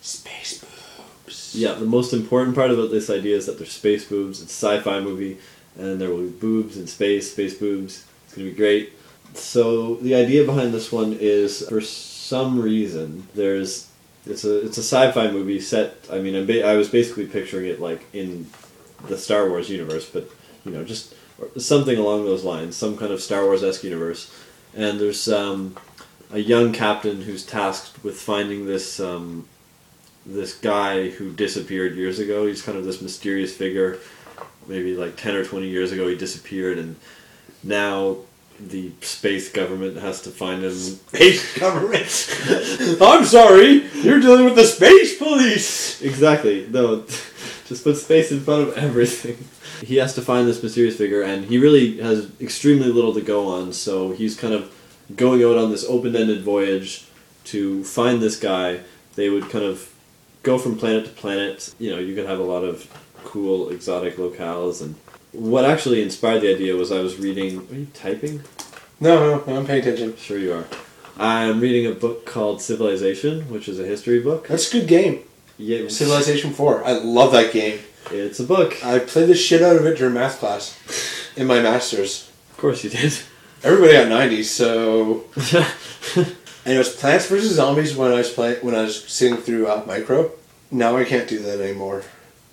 Speaker 1: Space boobs.
Speaker 2: Yeah, the most important part about this idea is that there's space boobs. It's a sci-fi movie, and there will be boobs in space, space boobs. It's gonna be great. So the idea behind this one is, for some reason, there's it's a it's a sci-fi movie set. I mean, I'm ba- I was basically picturing it like in the Star Wars universe, but you know, just something along those lines, some kind of Star Wars esque universe. And there's um, a young captain who's tasked with finding this um, this guy who disappeared years ago. He's kind of this mysterious figure. Maybe like ten or twenty years ago, he disappeared, and now the space government has to find him.
Speaker 1: Space government. I'm sorry, you're dealing with the space police.
Speaker 2: Exactly. No, just put space in front of everything. He has to find this mysterious figure, and he really has extremely little to go on. So he's kind of going out on this open-ended voyage to find this guy. They would kind of go from planet to planet. You know, you could have a lot of cool exotic locales and. What actually inspired the idea was I was reading. Are you typing?
Speaker 1: No, no, I'm paying attention.
Speaker 2: Sure, you are. I'm reading a book called Civilization, which is a history book.
Speaker 1: That's a good game.
Speaker 2: Yeah, it's-
Speaker 1: Civilization 4. I love that game.
Speaker 2: It's a book.
Speaker 1: I played the shit out of it during math class in my master's.
Speaker 2: Of course you did.
Speaker 1: Everybody got 90s, so. And it was Plants vs. Zombies when I was playing when I was sitting through uh, Micro. Now I can't do that anymore.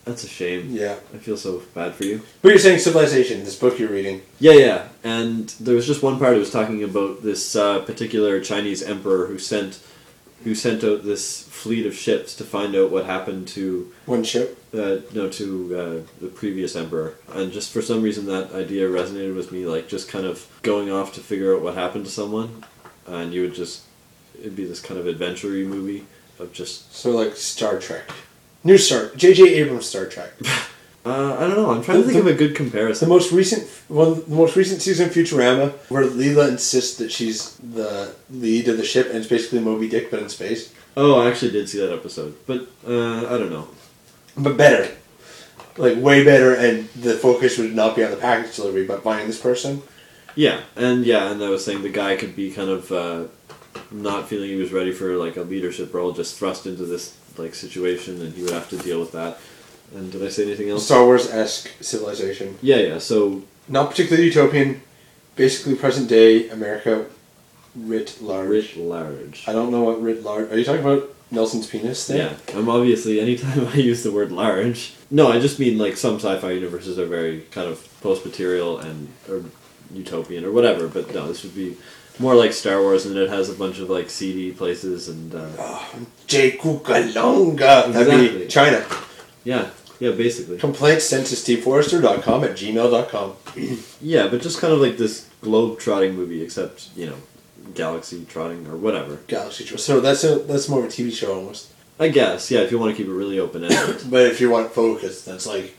Speaker 2: That's a shame.
Speaker 1: Yeah.
Speaker 2: I feel so bad for you.
Speaker 1: But you're saying Civilization, this book you're reading.
Speaker 2: Yeah, yeah. And there was just one part it was talking about this uh, particular Chinese emperor who sent who sent out this fleet of ships to find out what happened to
Speaker 1: One ship.
Speaker 2: uh, no to uh, the previous emperor. And just for some reason that idea resonated with me, like just kind of going off to figure out what happened to someone, and you would just it'd be this kind of adventure movie of just
Speaker 1: So like Star Trek. New Star JJ Abrams Star Trek.
Speaker 2: Uh, I don't know. I'm trying to think of a good comparison.
Speaker 1: The most recent one, the most recent season of Futurama, where Leela insists that she's the lead of the ship, and it's basically Moby Dick but in space,
Speaker 2: Oh, I actually did see that episode, but uh, I don't know.
Speaker 1: but better, like way better, and the focus would not be on the package delivery, but finding this person.
Speaker 2: Yeah, and yeah, and I was saying the guy could be kind of uh, not feeling he was ready for like a leadership role, just thrust into this like situation, and he would have to deal with that. And did I say anything else?
Speaker 1: Star Wars esque civilization,
Speaker 2: Yeah, yeah. So
Speaker 1: not particularly utopian, basically present day America, writ large.
Speaker 2: writ large.
Speaker 1: I don't know what writ large. Are you talking about Nelson's penis thing?
Speaker 2: Yeah, I'm obviously anytime I use the word large. No, I just mean like some sci-fi universes are very kind of post-material and or utopian or whatever. But no, this would be more like Star Wars, and it has a bunch of like seedy places and uh,
Speaker 1: Jay Kukalonga. That'd
Speaker 2: Exactly.
Speaker 1: be China.
Speaker 2: yeah, yeah, basically.
Speaker 1: Complaints sent to steveforrester.com at gmail.com.
Speaker 2: Yeah, but just kind of like this globe-trotting movie, except you know, galaxy trotting or whatever.
Speaker 1: Galaxy Tour. So that's a that's more of a TV show almost.
Speaker 2: I guess yeah, if you want to keep it really open-ended.
Speaker 1: But if you want focus, that's like,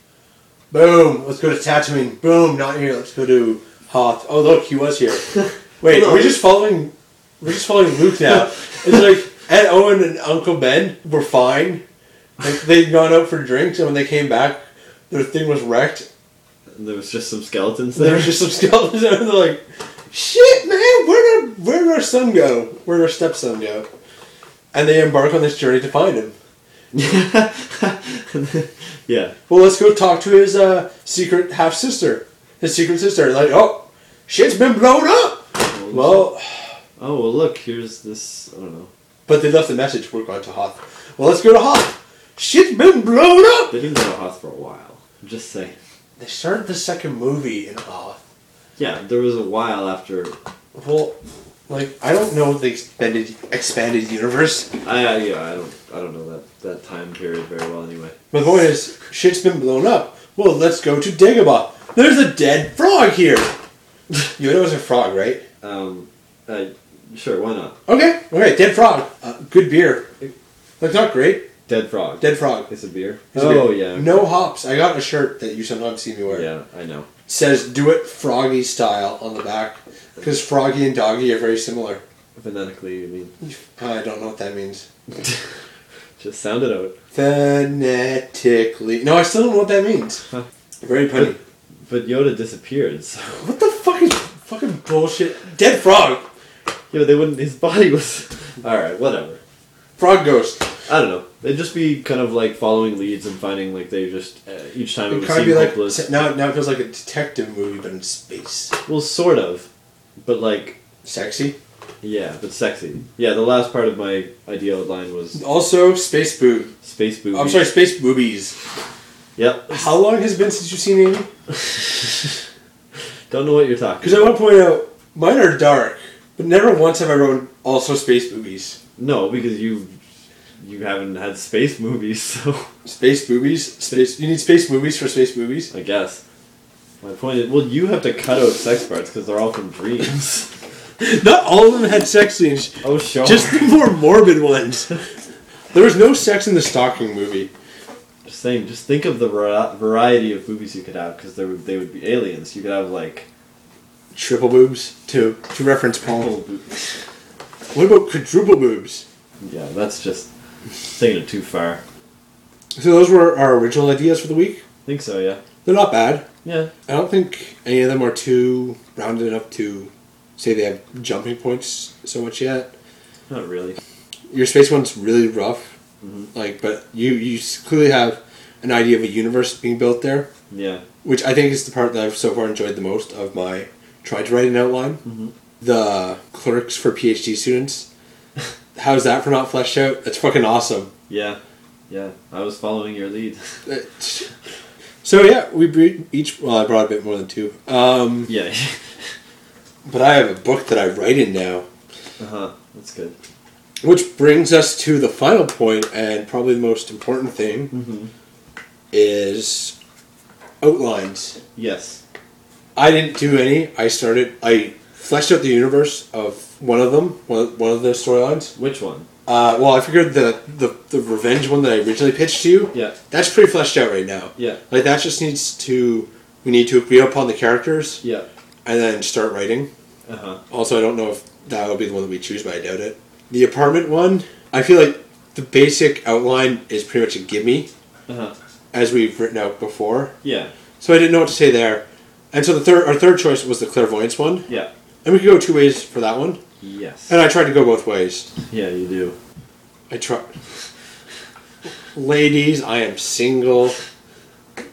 Speaker 1: boom, let's go to Tatooine. Boom, not here. Let's go to Hoth. Oh look, he was here. Wait,
Speaker 2: Hold
Speaker 1: are we
Speaker 2: on.
Speaker 1: just following? We're just following Luke now. it's like Ed Owen and Uncle Ben were fine. Like they'd gone out for drinks, and when they came back, their thing was wrecked.
Speaker 2: and there was just some skeletons
Speaker 1: There
Speaker 2: there.
Speaker 1: was just some skeletons, and they're like, "Shit, man, where did where did our son go? Where did our stepson go?" And they embark on this journey to find him.
Speaker 2: yeah,
Speaker 1: Well, let's go talk to his uh, secret half sister, his secret sister. Like, oh, shit's been blown up. Well,
Speaker 2: Oh well, look. Here's this. I don't know.
Speaker 1: but they left a message. We're going to Hoth. Well, let's go to Hoth. Shit's been blown up.
Speaker 2: They didn't go to Hoth for a while. I'm just saying.
Speaker 1: They started the second movie in Hoth.
Speaker 2: Yeah, there was a while after.
Speaker 1: Well, like I don't know the expanded expanded universe.
Speaker 2: I I- yeah, I don't I don't know that that time period very well anyway.
Speaker 1: My point is, shit's been blown up. Well, let's go to Dagobah. There's a dead frog here. You know it's a frog, right?
Speaker 2: Um, I, sure, why not?
Speaker 1: Okay, okay, dead frog. Uh, good beer. That's not great.
Speaker 2: Dead frog.
Speaker 1: Dead frog.
Speaker 2: It's a beer.
Speaker 1: It's
Speaker 2: oh
Speaker 1: weird.
Speaker 2: yeah.
Speaker 1: No hops. I got a shirt that you sometimes see me wear.
Speaker 2: Yeah, I know.
Speaker 1: It says "Do it Froggy style" on the back because Froggy and Doggy are very similar.
Speaker 2: Phonetically, you mean?
Speaker 1: I don't know what that means.
Speaker 2: Just sound it out.
Speaker 1: Phonetically, no, I still don't know what that means.
Speaker 2: Huh.
Speaker 1: Very punny.
Speaker 2: But Yoda disappeared. So
Speaker 1: What the fuck is fucking bullshit? Dead frog,
Speaker 2: yeah, they wouldn't. His body was. All right, whatever.
Speaker 1: frog ghost.
Speaker 2: I don't know. They'd just be kind of like following leads and finding like they just uh, each time it,
Speaker 1: It
Speaker 2: would
Speaker 1: kind of
Speaker 2: seem
Speaker 1: be like
Speaker 2: hopeless.
Speaker 1: now. Now it feels like a detective movie, but in space.
Speaker 2: well, sort of, but like
Speaker 1: Sexy.
Speaker 2: Yeah, but sexy. Yeah, the last part of my idea outline was
Speaker 1: Also, space boob.
Speaker 2: space boobies.
Speaker 1: I'm sorry, space boobies.
Speaker 2: Yep.
Speaker 1: How long has it been since you've seen Amy?
Speaker 2: Don't know what you're talking.
Speaker 1: Because I want to point out, mine are dark, but never once have I wrote also space boobies.
Speaker 2: No, because you you haven't had space movies, so
Speaker 1: Space boobies? Space. You need space movies for space boobies?
Speaker 2: I guess. My point is, well, you have to cut out sex parts because they're all from dreams.
Speaker 1: Not all of them had sex scenes,
Speaker 2: oh, sure.
Speaker 1: just the more morbid ones. There was no sex in the stocking movie.
Speaker 2: Just saying, just think of the vari- variety of movies you could have because there would they would be aliens. You could have like
Speaker 1: Triple boobs, to to reference Paul.
Speaker 2: little bo-
Speaker 1: What about quadruple boobs?
Speaker 2: yeah, that's just taking it too far.
Speaker 1: So those were our original ideas for the week.
Speaker 2: I think so, yeah,
Speaker 1: They're not bad.
Speaker 2: yeah.
Speaker 1: I don't think any of them are too rounded up to say they have jumping points so much yet.
Speaker 2: Not really.
Speaker 1: Your space one's really rough,
Speaker 2: Mhm.
Speaker 1: like, but you you s- clearly have an idea of a universe being built there,
Speaker 2: Yeah,
Speaker 1: which I think is the part that I've so far enjoyed the most of my trying to write an outline.
Speaker 2: Mhm.
Speaker 1: The clerks for PhD students. How's that for not fleshed out? That's fucking awesome.
Speaker 2: yeah, yeah. I was following your lead.
Speaker 1: It's- So yeah, we bre- each well, I brought a bit more than two. Um,
Speaker 2: yeah.
Speaker 1: But I have a book that I write in now,
Speaker 2: uh huh. That's good.
Speaker 1: which brings us to the final point, and probably the most important thing
Speaker 2: Mm-hmm.
Speaker 1: is outlines.
Speaker 2: Yes.
Speaker 1: I didn't do any. I started. I fleshed out the universe of one of them, one one of the storylines.
Speaker 2: Which one?
Speaker 1: Uh, well, I figured the, the the revenge one that I originally pitched to you.
Speaker 2: Yeah.
Speaker 1: That's pretty fleshed out right now.
Speaker 2: Yeah.
Speaker 1: Like that just needs to. We need to agree upon the characters
Speaker 2: Yeah.
Speaker 1: and then start writing.
Speaker 2: Uh huh.
Speaker 1: Also, I don't know if that will be the one that we choose, but I doubt it. The apartment one, I feel like the basic outline is pretty much a gimme,
Speaker 2: Uh huh.
Speaker 1: as we've written out before.
Speaker 2: Yeah.
Speaker 1: So I didn't know what to say there. And so the third, our third choice was the clairvoyance one,
Speaker 2: Yeah.
Speaker 1: and we could go two ways for that one.
Speaker 2: Yes.
Speaker 1: And I tried to go both ways.
Speaker 2: Yeah, you do.
Speaker 1: I tried. Ladies, I am single,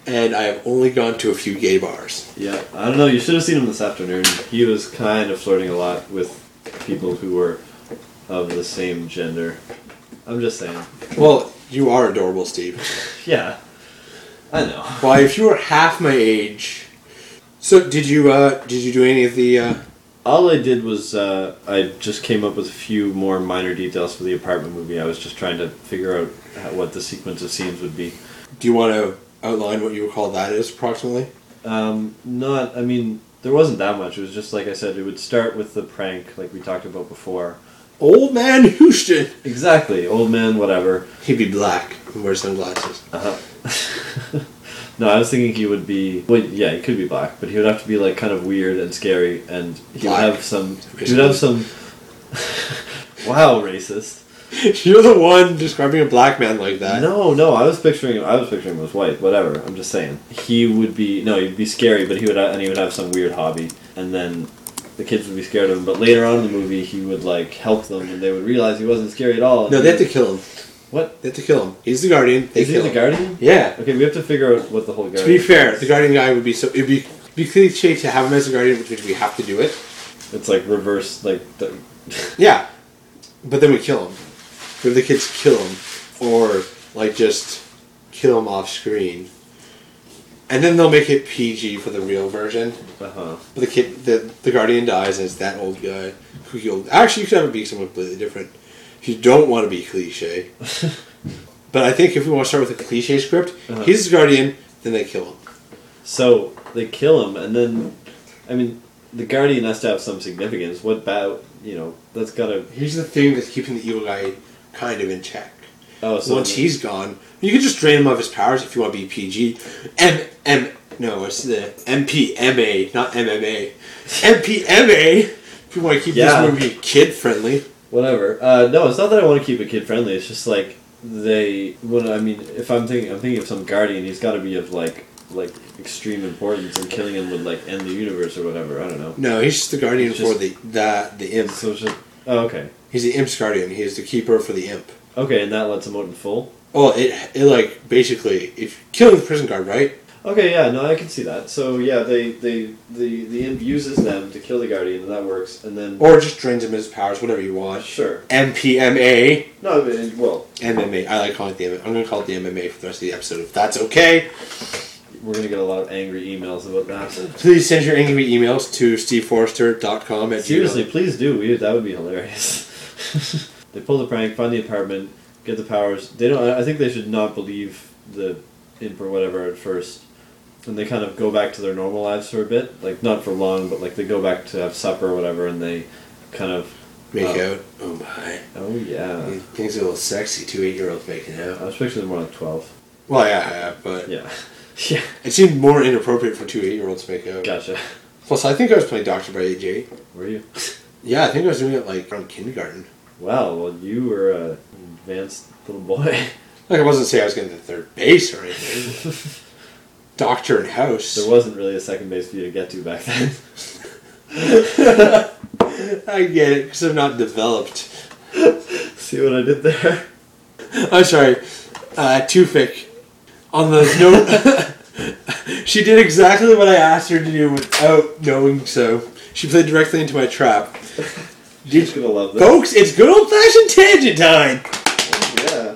Speaker 1: and I have only gone to a few gay bars.
Speaker 2: Yeah, I don't know. You should have seen him this afternoon. He was kind of flirting a lot with people who were of the same gender. I'm just saying.
Speaker 1: Well, you are adorable, Steve.
Speaker 2: Yeah, I know.
Speaker 1: Why, if you were half my age. So did you uh did you do any of the uh
Speaker 2: All I did was uh, I just came up with a few more minor details for the apartment movie. I was just trying to figure out how, what the sequence of scenes would be.
Speaker 1: do you want to outline what you would call that is approximately?
Speaker 2: Um, not, I mean, there wasn't that much. It was just like I said. It would start with the prank, like we talked about before.
Speaker 1: Old man Houston.
Speaker 2: Exactly, old man, whatever.
Speaker 1: He'd be black and wear sunglasses.
Speaker 2: Uh-huh. no, I was thinking he would be. Well, yeah, he could be black, but he would have to be like kind of weird and scary, and
Speaker 1: Black.
Speaker 2: he would have some. He would have some. wow, racist.
Speaker 1: You're the one describing a black man like that.
Speaker 2: No, no, I was picturing him. I was picturing him as white. Whatever. I'm just saying he would be. No, he'd be scary, but he would, ha- and he would have some weird hobby, and then. The kids would be scared of him, but later on in the movie, he would like help them, and they would realize he wasn't scary at all.
Speaker 1: No, they have to kill him.
Speaker 2: What?
Speaker 1: They have to kill him. He's the guardian. They
Speaker 2: Is he
Speaker 1: kill
Speaker 2: the
Speaker 1: him.
Speaker 2: guardian?
Speaker 1: Yeah.
Speaker 2: Okay, we have to figure out what the whole
Speaker 1: To
Speaker 2: guardian.
Speaker 1: be fair, the guardian guy would be so it'd be be cliche to have him as a guardian, which means we have to do it.
Speaker 2: It's like reverse, like the,
Speaker 1: Yeah. But then we kill him. Or the kids kill him. Or, like, just kill him off screen. And then they'll make it PG for the real version.
Speaker 2: uh huh.
Speaker 1: But the kid, the, the guardian dies, and it's that old guy who killed. Actually, you could have it be someone completely different. If you don't want to be cliche. but I think if we want to start with a cliche script,
Speaker 2: Uh-huh.
Speaker 1: he's the guardian, then they kill him.
Speaker 2: So they kill him, and then, I mean, the guardian has to have some significance. What about you know? That's gotta.
Speaker 1: Here's the thing that's keeping the evil guy kind of in check.
Speaker 2: Oh, so
Speaker 1: Once he's gone, you can just drain him of his powers if you want to be PG. M M no, it's the MPMA, not MMA. MPMA. If you want to keep
Speaker 2: Yeah.
Speaker 1: this movie kid friendly,
Speaker 2: whatever. Uh, no, it's not that I want to keep it kid friendly. It's just like they. When I mean, if I'm thinking, I'm thinking of some guardian. He's got to be of like like extreme importance, and killing him would like end the universe or whatever. I don't know.
Speaker 1: no, he's just the guardian
Speaker 2: It's just-
Speaker 1: for the that the imp.
Speaker 2: So it's just oh, okay,
Speaker 1: He's the imp's guardian. He is the keeper for the imp.
Speaker 2: okay, and that lets him out in full.
Speaker 1: Oh, it it like basically if killing the prison guard, right?
Speaker 2: Okay, yeah, no, I can see that. So yeah, they they the the imp uses them to kill the guardian, and that works. And then
Speaker 1: Or just drains him of his powers, whatever you want.
Speaker 2: sure,
Speaker 1: MPMA,
Speaker 2: no, I mean, well,
Speaker 1: MMA. I like calling it the. M- I'm gonna call it the MMA for the rest of the episode if that's okay.
Speaker 2: we're gonna get a lot of angry emails about that.
Speaker 1: Please send your angry emails to steveforrester.com at
Speaker 2: Seriously,
Speaker 1: gmail.
Speaker 2: please do. We, that would be hilarious. they pull the prank, find the apartment, get the powers. They don't. I I think they should not believe the imp or whatever at first. and they kind of go back to their normal lives for a bit, like not for long, but like they go back to have supper or whatever, and they kind of
Speaker 5: Make
Speaker 2: Oh.
Speaker 5: out. Oh Uh, my.
Speaker 2: oh yeah,
Speaker 5: Things are a little sexy. Two eight year olds making
Speaker 2: I
Speaker 5: out.
Speaker 2: was picturing more like twelve.
Speaker 1: Well, yeah, I have, but
Speaker 2: Yeah, yeah,
Speaker 1: it seemed more inappropriate for two eight year olds to make out.
Speaker 2: gotcha.
Speaker 1: Plus, I think I was playing Doctor by age eight.
Speaker 2: Were you?
Speaker 1: Yeah, I think I was doing it like around kindergarten.
Speaker 2: Wow, well you were a advanced little boy.
Speaker 1: Like I wasn't saying I was getting to third base or anything. Doctor and house.
Speaker 2: There wasn't really a second base for you to get to back then.
Speaker 1: I get it because I'm not developed.
Speaker 2: See what I did there?
Speaker 1: I'm Oh, sorry, uh, Tufik. On the note, she did exactly what I asked her to do without knowing so. She played directly into my trap.
Speaker 2: She's gonna love this.
Speaker 1: Folks, it's good old fashioned tangent time!
Speaker 2: Yeah.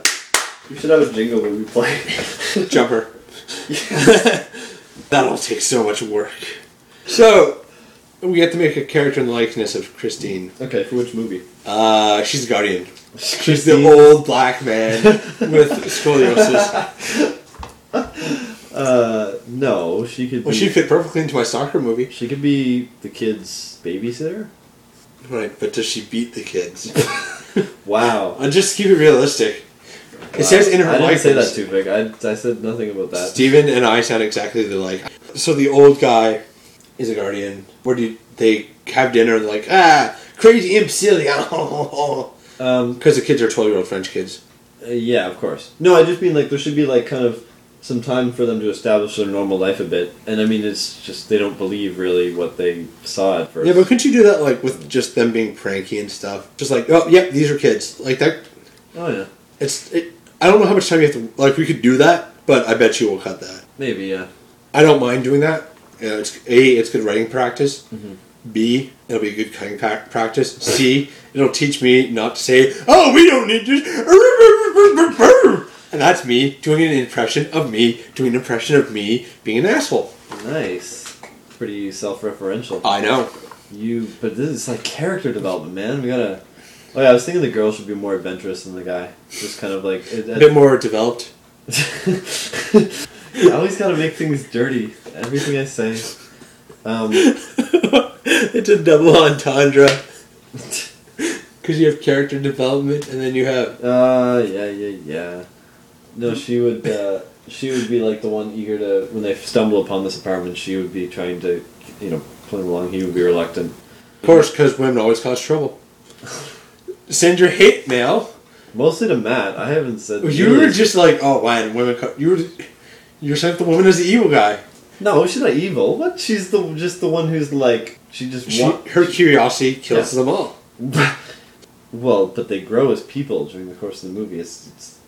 Speaker 2: You should have a jingle when we play.
Speaker 1: Jumper. That'll take so much work. So, we have to make a character and likeness of Christine.
Speaker 2: okay, for which movie?
Speaker 1: Uh, she's the Guardian. She's the old black man with scoliosis.
Speaker 2: Uh, no, she could be.
Speaker 1: Well, she fit perfectly into my soccer movie.
Speaker 2: she could be the kid's babysitter.
Speaker 1: Right, but does she beat the kids?
Speaker 2: Wow.
Speaker 1: Uh, just keep it realistic. It says in her
Speaker 2: I didn't
Speaker 1: likeness.
Speaker 2: say that too big. I, I said nothing about that.
Speaker 1: Steven and I sound exactly the like. So the old guy is a guardian. Where do you, they have dinner and like ah crazy imp silly because
Speaker 2: Um,
Speaker 1: the kids are twelve year old French kids.
Speaker 2: uh, yeah, of course. No, I just mean like there should be like kind of some time for them to establish their normal life a bit. And I mean it's just they don't believe really what they saw at first.
Speaker 1: Yeah, but couldn't you do that like with just them being pranky and stuff? Just like oh yep these are kids like that.
Speaker 2: oh yeah,
Speaker 1: It's it, I don't know how much time you have to like we could do that, but I bet you will cut that.
Speaker 2: maybe yeah.
Speaker 1: I don't mind doing that. You know, it's a it's good writing practice.
Speaker 2: Mhm.
Speaker 1: B it'll be good cutting pa- practice. C it'll teach me not to say oh we don't need this. And that's me doing an impression of me doing an impression of me being an asshole.
Speaker 2: Nice. Pretty self-referential.
Speaker 1: I know.
Speaker 2: You, but this is like character development, man. We gotta. Oh yeah, I was thinking the girl should be more adventurous than the guy. Just kind of like. It,
Speaker 1: A bit more developed.
Speaker 2: I always gotta make things dirty. Everything I say. Um,
Speaker 1: it's a double entendre because you have character development and then you have
Speaker 2: uh, yeah, yeah, yeah. No, she would. Uh, she would be like the one eager to when they stumble upon this apartment. She would be trying to, you know, play along. He would be reluctant.
Speaker 1: of course because women always cause trouble. Send your hate mail.
Speaker 2: Mostly to Matt. I haven't said.
Speaker 1: You were just like, oh man, women. Co-. You were, you sent the woman as the evil guy.
Speaker 2: No, she's not evil. What? She's the just the one who's like she just
Speaker 1: She,
Speaker 2: wa-
Speaker 1: her curiosity kills them all.
Speaker 2: well, but they grow as people during the course of the movie. It's,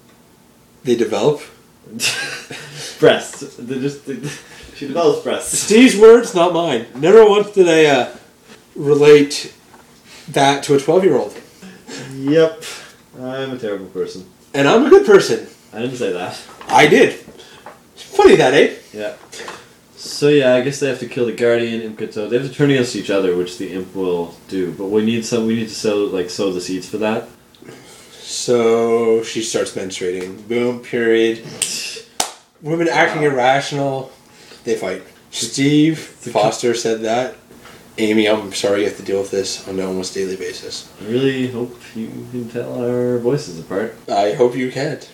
Speaker 1: They develop.
Speaker 2: it's breasts. They just they, she develops breasts.
Speaker 1: Steve's words, not mine. Never once did I uh, relate that to a twelve-year-old,
Speaker 2: Yep, I'm a terrible person.
Speaker 1: and I'm a good person.
Speaker 2: I didn't say that.
Speaker 1: I did. Funny that, eh?
Speaker 2: Yeah. So yeah, I guess they have to kill the guardian imp gets out. They have to turn against each other, which the imp will do. But we need some. We need to sow like sow the seeds for that.
Speaker 1: So she starts menstruating. Boom. Period. Women acting irrational. They fight. Steve Foster said that. Amy, I'm sorry you have to deal with this on an almost daily basis.
Speaker 2: I really hope you can tell our voices apart.
Speaker 1: I hope you can't.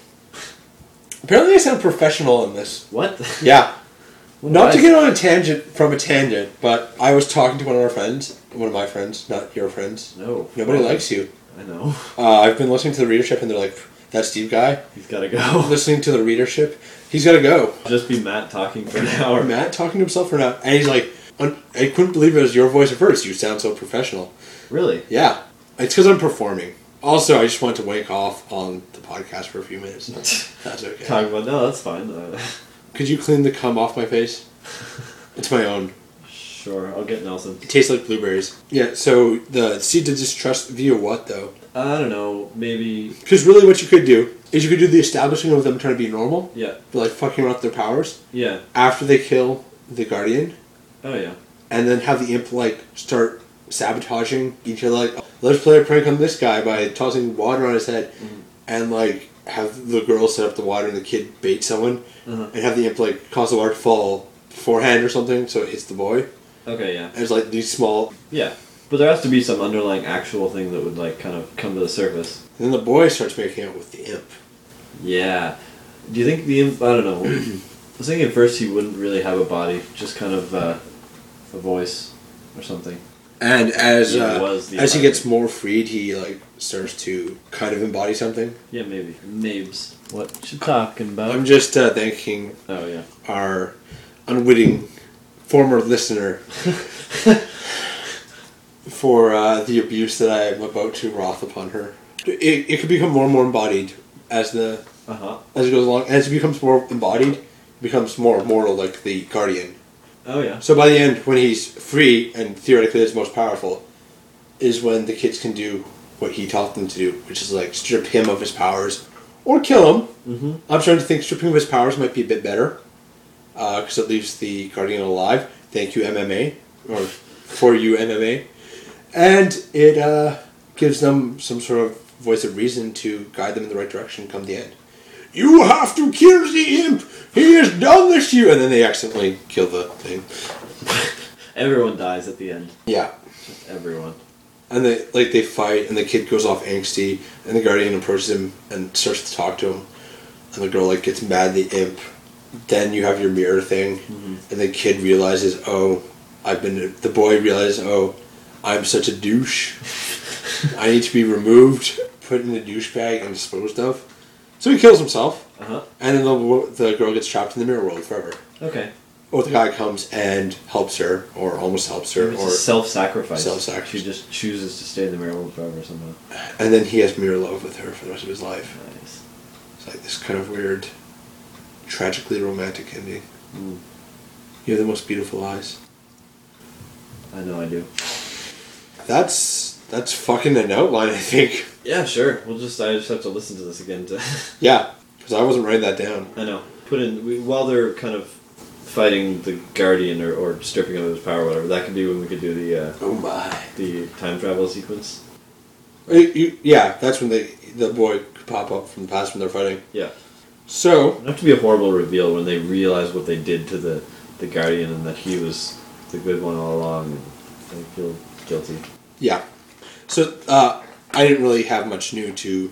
Speaker 1: Apparently, I sound professional in this.
Speaker 2: What?
Speaker 1: Yeah.
Speaker 2: What
Speaker 1: Not
Speaker 2: do
Speaker 1: to
Speaker 2: I
Speaker 1: get on a tangent from a tangent, but I was talking to one of our friends, one of my friends, not your friends.
Speaker 2: No.
Speaker 1: Nobody likes you.
Speaker 2: I know.
Speaker 1: Uh, I've been listening to the readership, and they're like, "That Steve guy."
Speaker 2: He's gotta go.
Speaker 1: Listening to the readership, he's got to go.
Speaker 2: Just be Matt talking for an hour.
Speaker 1: Or Matt talking to himself for now, and he's like, "Un- "I couldn't believe it was your voice at first. You sound so professional."
Speaker 2: Really?
Speaker 1: Yeah, it's because I'm performing. Also, I just want to wake off on the podcast for a few minutes. That's okay.
Speaker 2: Talking about no, that's fine. Uh,
Speaker 1: Could you clean the cum off my face? It's my own.
Speaker 2: sure, I'll get Nelson.
Speaker 1: It tastes like blueberries. Yeah, so the seed of distrust via what, though?
Speaker 2: I don't know. Maybe
Speaker 1: Because really, what you could do is you could do the establishing of them trying to be normal,
Speaker 2: yeah,
Speaker 1: but like fucking up their powers
Speaker 2: yeah.
Speaker 1: after they kill the guardian,
Speaker 2: Oh yeah.
Speaker 1: and then have the imp like start sabotaging each other. Like, let's play a prank on this guy by tossing water on his head, and like have the girl set up the water and the kid bait someone,
Speaker 2: Uh-huh.
Speaker 1: Mm-hmm. and have the imp like cause the water to fall forehand or something, so it hits the boy.
Speaker 2: Okay, yeah.
Speaker 1: There's like these small.
Speaker 2: Yeah. But there has to be some underlying actual thing that would like kind of come to the surface.
Speaker 1: And then the boy starts making out with the imp.
Speaker 2: Yeah. Do you think the imp? I don't know. I was thinking at first he wouldn't really have a body, just kind of uh, a voice or something.
Speaker 1: And as uh,
Speaker 2: Yeah, it was the
Speaker 1: as he
Speaker 2: environment.
Speaker 1: gets more freed, he like starts to kind of embody something.
Speaker 2: Yeah, maybe. Mabes. What you talking about?
Speaker 1: I'm just uh, thanking
Speaker 2: oh yeah.
Speaker 1: our unwitting former listener for uh, the abuse that I am about to wrath upon her. It, it could become more and more embodied as the
Speaker 2: Uh huh.
Speaker 1: as it goes along. As it becomes more embodied, it becomes more mortal, like the guardian.
Speaker 2: Oh yeah.
Speaker 1: So by the end, when he's free and theoretically is most powerful, is when the kids can do what he taught them to do, which is like strip him of his powers or kill him.
Speaker 2: Mm-hmm.
Speaker 1: I'm starting to think stripping of his powers might be a bit better because it leaves the guardian alive. Thank you, MMA, or for you, MMA, and it uh, gives them some sort of voice of reason to guide them in the right direction come the end. You have to kill the imp. He has done this to you, and then they accidentally kill the thing.
Speaker 2: Everyone dies at the end.
Speaker 1: Yeah,
Speaker 2: Everyone.
Speaker 1: and they like they fight, and the kid goes off angsty, and the guardian approaches him and starts to talk to him, and the girl like gets mad at the imp. Then you have your mirror thing, and the kid realizes, oh, I've been. The boy realizes, oh, I'm such a douche. I need to be removed, put in a douche bag, and disposed of. So he kills himself,
Speaker 2: Uh huh.
Speaker 1: and then the wo- the girl gets trapped in the mirror world forever.
Speaker 2: Okay.
Speaker 1: Or the guy comes and helps her, or almost helps her,
Speaker 2: It's
Speaker 1: or
Speaker 2: a self-sacrifice.
Speaker 1: Self-sacrifice.
Speaker 2: She just chooses to stay in the mirror world forever somehow.
Speaker 1: and then he has mirror love with her for the rest of his life.
Speaker 2: Nice.
Speaker 1: It's like this kind of weird, tragically romantic ending.
Speaker 2: Mm.
Speaker 1: You have the most beautiful eyes.
Speaker 2: I know I do.
Speaker 1: That's that's fucking an outline, I think.
Speaker 2: Yeah, sure. We'll just I just have to listen to this again to
Speaker 1: Yeah, because I wasn't writing that down.
Speaker 2: I know. Put in we, while they're kind of fighting the guardian or, or stripping him of his power or whatever. That could be when we could do the uh,
Speaker 1: Oh my!
Speaker 2: the time travel sequence.
Speaker 1: yeah, that's when the the boy could pop up from the past when they're fighting.
Speaker 2: Yeah.
Speaker 1: So
Speaker 2: It'd have to be a horrible reveal when they realize what they did to the the guardian and that he was the good one all along. And they feel guilty.
Speaker 1: yeah, so uh, I didn't really have much new to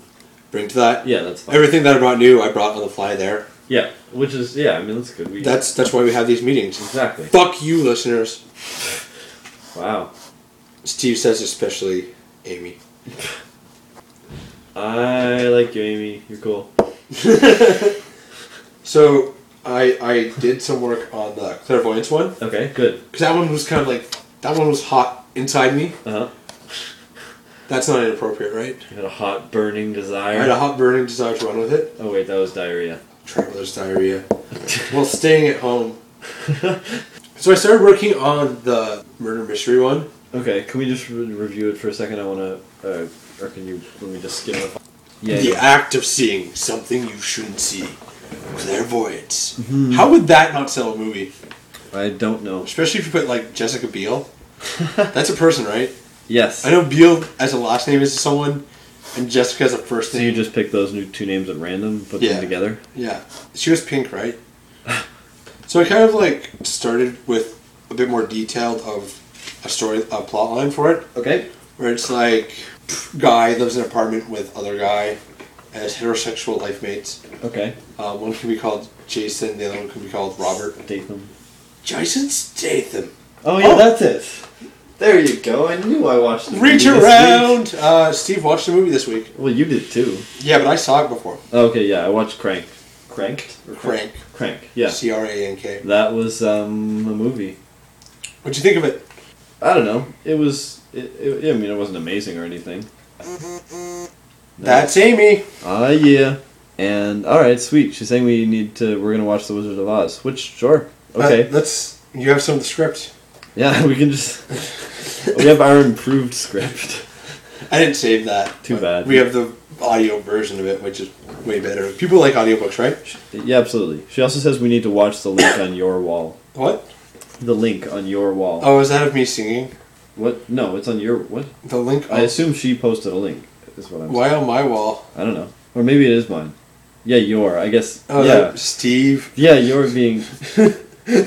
Speaker 1: bring to that.
Speaker 2: Yeah, that's fine.
Speaker 1: Everything that I brought new, I brought on the fly there.
Speaker 2: yeah, which is yeah. I mean, that's good. We,
Speaker 1: That's that's why we have these meetings.
Speaker 2: exactly.
Speaker 1: Fuck you, listeners.
Speaker 2: Wow.
Speaker 1: Steve says especially Amy.
Speaker 2: I like you, Amy. You're cool.
Speaker 1: So I I did some work on the clairvoyance one
Speaker 2: Okay, good.
Speaker 1: because that one was kind of like that one was hot inside me.
Speaker 2: Uh huh.
Speaker 1: That's not inappropriate, right?
Speaker 2: You had a hot burning
Speaker 1: I
Speaker 2: desire.
Speaker 1: had a hot burning desire to run with it.
Speaker 2: oh wait, that was diarrhea.
Speaker 1: Traveler's diarrhea. While staying at home, so I started working on the murder mystery one.
Speaker 2: okay, can we just re- review it for a second? I wanna, uh, or can you let me just skim it?
Speaker 1: the act of seeing something you shouldn't see. Clairvoyance. How would that not sell a movie?
Speaker 2: I don't know.
Speaker 1: Especially if you put like Jessica Biel. That's a person, right?
Speaker 2: Yes.
Speaker 1: I know Biel as a last name is someone, and Jessica as a first
Speaker 2: So
Speaker 1: name.
Speaker 2: you just pick those new two names at random, put
Speaker 1: Yeah.
Speaker 2: them together.
Speaker 1: Yeah, she was pink, right? so I kind of like started with a bit more detailed of a story, a plot line for it,
Speaker 2: Okay.
Speaker 1: where it's like guy lives in an apartment with other guy as heterosexual life mates.
Speaker 2: Okay.
Speaker 1: Uh, one can be called Jason, the other one can be called Robert.
Speaker 2: Statham.
Speaker 1: Jason Statham.
Speaker 2: Oh
Speaker 1: yeah,
Speaker 2: that's it. There you go. I knew I watched. the
Speaker 1: Reach
Speaker 2: movie this
Speaker 1: around. Uh, Steve watched the movie this week.
Speaker 2: week. Well, you did too.
Speaker 1: Yeah, but I saw it before.
Speaker 2: Oh, okay, yeah, I watched Crank. Cranked. Or
Speaker 1: Crank.
Speaker 2: Crank. Yeah.
Speaker 1: C R A N K.
Speaker 2: That was um, a movie.
Speaker 1: What'd you think of it?
Speaker 2: I don't know. It was. It, it, I mean, it wasn't amazing or anything.
Speaker 1: That's Amy.
Speaker 2: Ah, yeah. And all right, sweet. She's saying we need to. We're gonna watch The Wizard of Oz. Which, sure. Okay.
Speaker 1: Uh, let's. You have some of the script.
Speaker 2: yeah, we can just. we have our improved script.
Speaker 1: I didn't save that.
Speaker 2: Too
Speaker 1: but
Speaker 2: bad.
Speaker 1: We have the audio version of it, which is way better. People like audiobooks, right?
Speaker 2: Yeah, absolutely. She also says we need to watch the link on your wall.
Speaker 1: What?
Speaker 2: The link on your wall.
Speaker 1: Oh, is that of me singing?
Speaker 2: What? No, it's on your. What?
Speaker 1: The link. on-
Speaker 2: I assume she posted a link. Is what I'm.
Speaker 1: Why on my wall?
Speaker 2: I don't know. Or maybe it is mine. Yeah, your. I guess.
Speaker 1: Oh,
Speaker 2: yeah.
Speaker 1: that- Steve.
Speaker 2: Yeah, you're being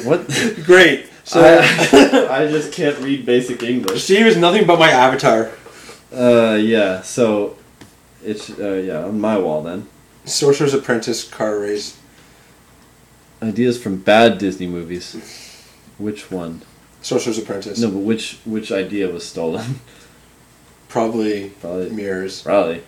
Speaker 2: What?
Speaker 1: Great. So
Speaker 2: I, I just can't read basic English.
Speaker 1: Steve is nothing but my avatar.
Speaker 2: Uh, yeah. So, it's uh, yeah on my wall then.
Speaker 1: Sorcerer's Apprentice car race.
Speaker 2: Ideas from bad Disney movies. Which one?
Speaker 1: Sorcerer's Apprentice.
Speaker 2: No, but which which idea was stolen?
Speaker 1: Probably
Speaker 2: Probably.
Speaker 1: mirrors.
Speaker 2: Probably.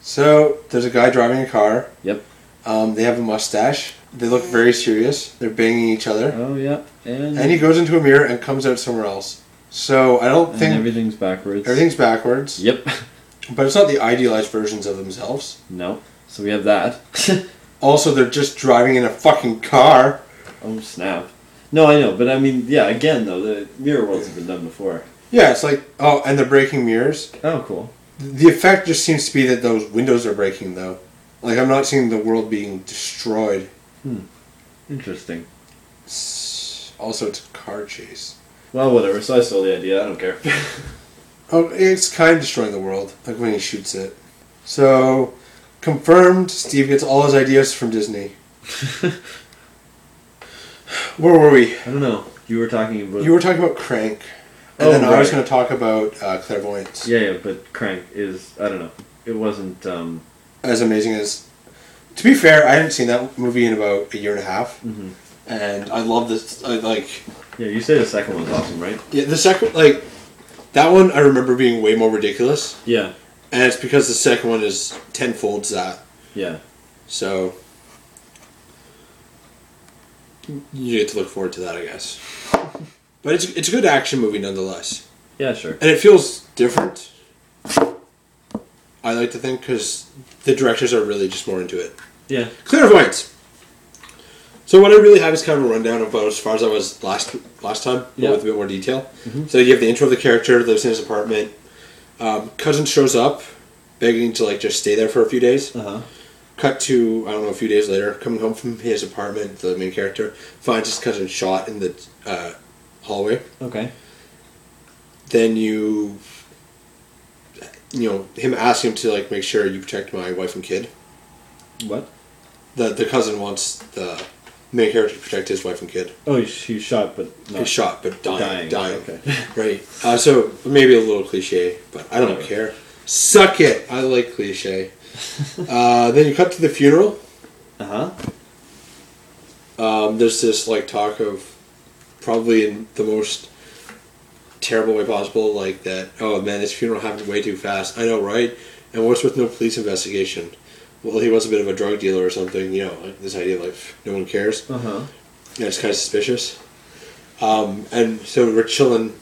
Speaker 1: So there's a guy driving a car.
Speaker 2: Yep.
Speaker 1: Um, they have a mustache. They look very serious. They're banging each other.
Speaker 2: Oh yeah. And
Speaker 1: And he goes into a mirror and comes out somewhere else. So I don't
Speaker 2: and
Speaker 1: think
Speaker 2: everything's backwards.
Speaker 1: everything's backwards.
Speaker 2: Yep.
Speaker 1: But it's not the idealized versions of themselves.
Speaker 2: No. So we have that.
Speaker 1: Also, they're just driving in a fucking car.
Speaker 2: oh snap. No, I know, but I mean, yeah. Again, though, the mirror worlds have been done before.
Speaker 1: Yeah, it's like oh, and they're breaking mirrors.
Speaker 2: Oh, cool.
Speaker 1: The effect just seems to be that those windows are breaking though. Like I'm not seeing the world being destroyed.
Speaker 2: Interesting.
Speaker 1: S- Also, it's a car chase.
Speaker 2: Well, whatever. So I stole the idea. I don't care.
Speaker 1: Oh, it's kind of destroying the world, like when he shoots it. So, confirmed, Steve gets all his ideas from Disney. Where were we?
Speaker 2: I don't know. You were talking about.
Speaker 1: You were talking about Crank. And
Speaker 2: Oh,
Speaker 1: then I was
Speaker 2: right.
Speaker 1: going to talk about uh, Clairvoyance.
Speaker 2: Yeah, yeah, but Crank is. I don't know. It wasn't. um
Speaker 1: As amazing as. To be fair, I hadn't seen that movie in about a year and a half.
Speaker 2: mhm.
Speaker 1: And I love this. I, like,
Speaker 2: Yeah, you say the second one's awesome, right?
Speaker 1: yeah, the second, like, that one I remember being way more ridiculous.
Speaker 2: Yeah.
Speaker 1: And it's because the second one is tenfold that.
Speaker 2: Yeah.
Speaker 1: So you get to look forward to that, I guess. But it's it's a good action movie nonetheless,
Speaker 2: Yeah, sure.
Speaker 1: and it feels different. I like to think because the directors are really just more into it.
Speaker 2: Yeah.
Speaker 1: Clairvoyance. So what I really have is kind of a rundown of about as far as I was last last time, but
Speaker 2: Yeah. Mm-hmm.
Speaker 1: with a bit more detail. So you have the intro of the character lives in his apartment. Um, cousin shows up, begging to like just stay there for a few days.
Speaker 2: Uh huh.
Speaker 1: Cut to I don't know a few days later, coming home from his apartment, the main character finds his cousin shot in the uh, hallway.
Speaker 2: Okay.
Speaker 1: Then you, you know, him asking him to like make sure you protect my wife and kid.
Speaker 2: What?
Speaker 1: The the cousin wants the main character to protect his wife and kid.
Speaker 2: Oh, he shot, but not
Speaker 1: He's shot, but dying, dying,
Speaker 2: Okay.
Speaker 1: right? Uh, so maybe a little cliche, but I don't
Speaker 2: Whatever.
Speaker 1: care. Suck it! I like cliche. uh, then you cut to the funeral.
Speaker 2: Uh huh.
Speaker 1: um, there's this like talk of probably in the most terrible way possible like that oh man this funeral happened way too fast i know right and what's with no police investigation well he was a bit of a drug dealer or something you know like this idea like no one cares
Speaker 2: Uh huh.
Speaker 1: yeah, it's kind of suspicious. Um, and so we're chilling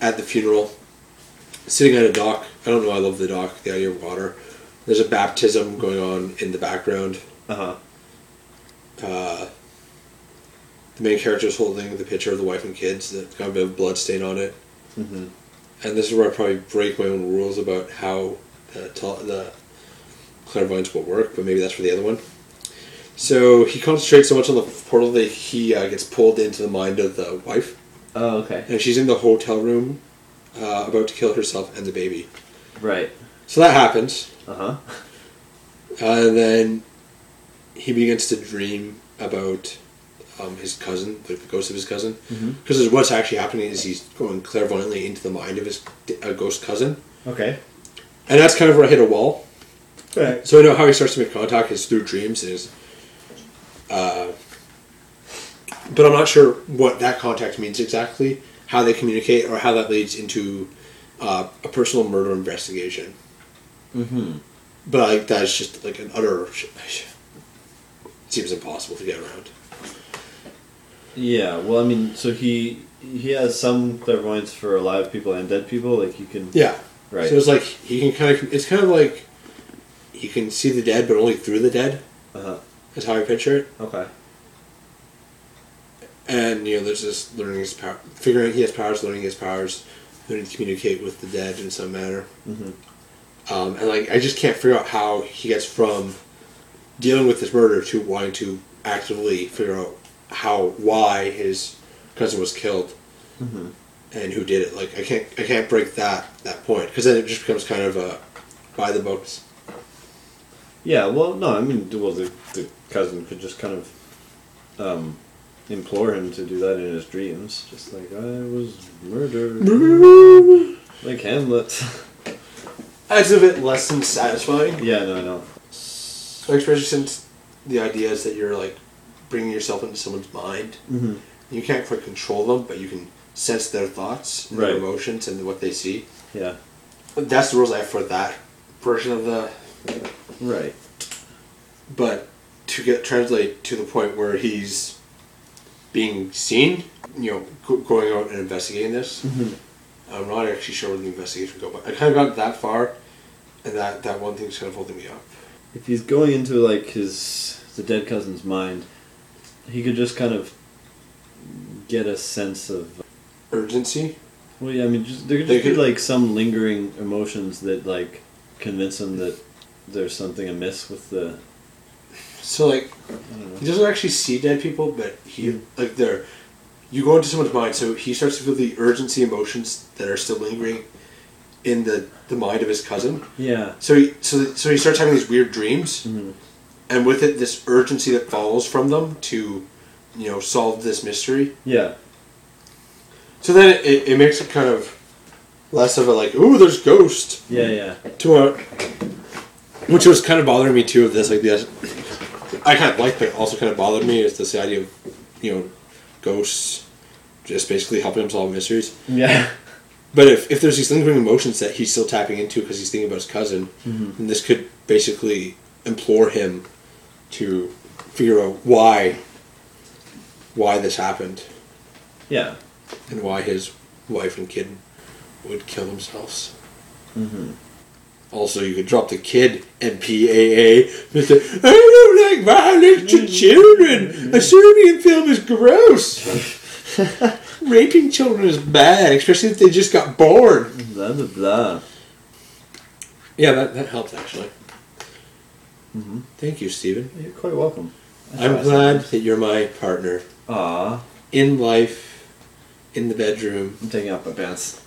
Speaker 1: at the funeral, sitting at a dock. I don't know. I love the dock. The idea of water. There's a baptism going on in the background.
Speaker 2: Uh-huh.
Speaker 1: Uh, the main character is holding the picture of the wife and kids that's got a bit of blood stain on it.
Speaker 2: Mhm.
Speaker 1: And this is where I probably break my own rules about how the, tel- the clairvoyance will work, but maybe that's for the other one. So he concentrates so much on the portal that he uh, gets pulled into the mind of the wife,
Speaker 2: Oh, okay.
Speaker 1: and she's in the hotel room, uh, about to kill herself and the baby.
Speaker 2: Right.
Speaker 1: So that happens,
Speaker 2: Uh huh.
Speaker 1: uh, and then he begins to dream about um, his cousin, like the ghost of his cousin,
Speaker 2: Mhm.
Speaker 1: because what's actually happening is he's going clairvoyantly into the mind of his uh, ghost cousin,
Speaker 2: Okay.
Speaker 1: and that's kind of where I hit a wall.
Speaker 2: Right.
Speaker 1: So I know how he starts to make contact is through dreams is, uh, but I'm not sure what that contact means exactly, how they communicate, or how that leads into uh, a personal murder investigation.
Speaker 2: Mm-hmm.
Speaker 1: But like that's just like an utter sh- sh- seems impossible to get around.
Speaker 2: Yeah. Well, I mean, so he he has some clairvoyance for alive people and dead people. Like you can.
Speaker 1: Yeah,
Speaker 2: Right.
Speaker 1: So it's like he can kind of it's kind of like he can see the dead, but only through the dead.
Speaker 2: uh huh.
Speaker 1: That's how I picture it.
Speaker 2: Okay.
Speaker 1: and you know there's this learning his power figuring he has powers learning his powers learning to communicate with the dead in some manner
Speaker 2: Mhm.
Speaker 1: um, and like i just can't figure out how he gets from dealing with this murder to wanting to actively figure out how why his cousin was killed Mm-hmm.
Speaker 2: Mhm.
Speaker 1: and who did it like i can't i can't break that that point because then it just becomes kind of a by the books
Speaker 2: Yeah. Well, no. I mean, well, the, the cousin could just kind of um, implore him to do that in his dreams, just like I was murdered,
Speaker 1: Murdered.
Speaker 2: like Hamlet.
Speaker 1: That's a bit less than satisfying.
Speaker 2: yeah, no, no.
Speaker 1: Especially since the idea is that you're like bringing yourself into someone's mind.
Speaker 2: Mm-hmm.
Speaker 1: You can't quite control them, but you can sense their thoughts, and
Speaker 2: Right.
Speaker 1: their emotions, and what they see.
Speaker 2: Yeah,
Speaker 1: That's the rules I have for that version of the.
Speaker 2: right.
Speaker 1: But to get translate to the point where he's being seen, you know, go- going out and investigating this. I'm not actually sure where the investigation will go, but I kind of got that far, and that that one thing's kind of holding me up.
Speaker 2: If he's going into like his the dead cousin's mind, he could just kind of get a sense of
Speaker 1: Urgency.
Speaker 2: Well, yeah, I mean, just, there could
Speaker 1: They
Speaker 2: just be
Speaker 1: could-
Speaker 2: like some lingering emotions that like convince him that there's something amiss with the.
Speaker 1: So like
Speaker 2: I don't know.
Speaker 1: he doesn't actually see dead people, but he like they're you go into someone's mind, so he starts to feel the urgency emotions that are still lingering in the the mind of his cousin.
Speaker 2: Yeah.
Speaker 1: So he so so he starts having these weird dreams, and with it this urgency that follows from them to you know solve this mystery.
Speaker 2: Yeah.
Speaker 1: So then it, it makes it kind of less of a like ooh there's ghost
Speaker 2: Yeah. Yeah.
Speaker 1: to a which was kind of bothering me too of this like this i kind of liked but also kind of bothered me is this idea of you know ghosts just basically helping him solve mysteries
Speaker 2: Yeah.
Speaker 1: but if, if there's these lingering emotions that he's still tapping into because he's thinking about his cousin then this could basically implore him to figure out why why this happened
Speaker 2: Yeah.
Speaker 1: and why his wife and kid would kill themselves.
Speaker 2: Mm-hmm.
Speaker 1: Also, you could drop the kid and PAA. Mister, I don't like violence to children. A Serbian film is gross. Raping children is bad, especially if they just got born.
Speaker 2: Blah blah blah.
Speaker 1: Yeah, that, that helped actually.
Speaker 2: Mhm.
Speaker 1: Thank you, Stephen.
Speaker 2: You're quite welcome.
Speaker 1: I'm glad that you're my partner
Speaker 2: Ah,
Speaker 1: in life, in the bedroom.
Speaker 2: I'm taking off my pants.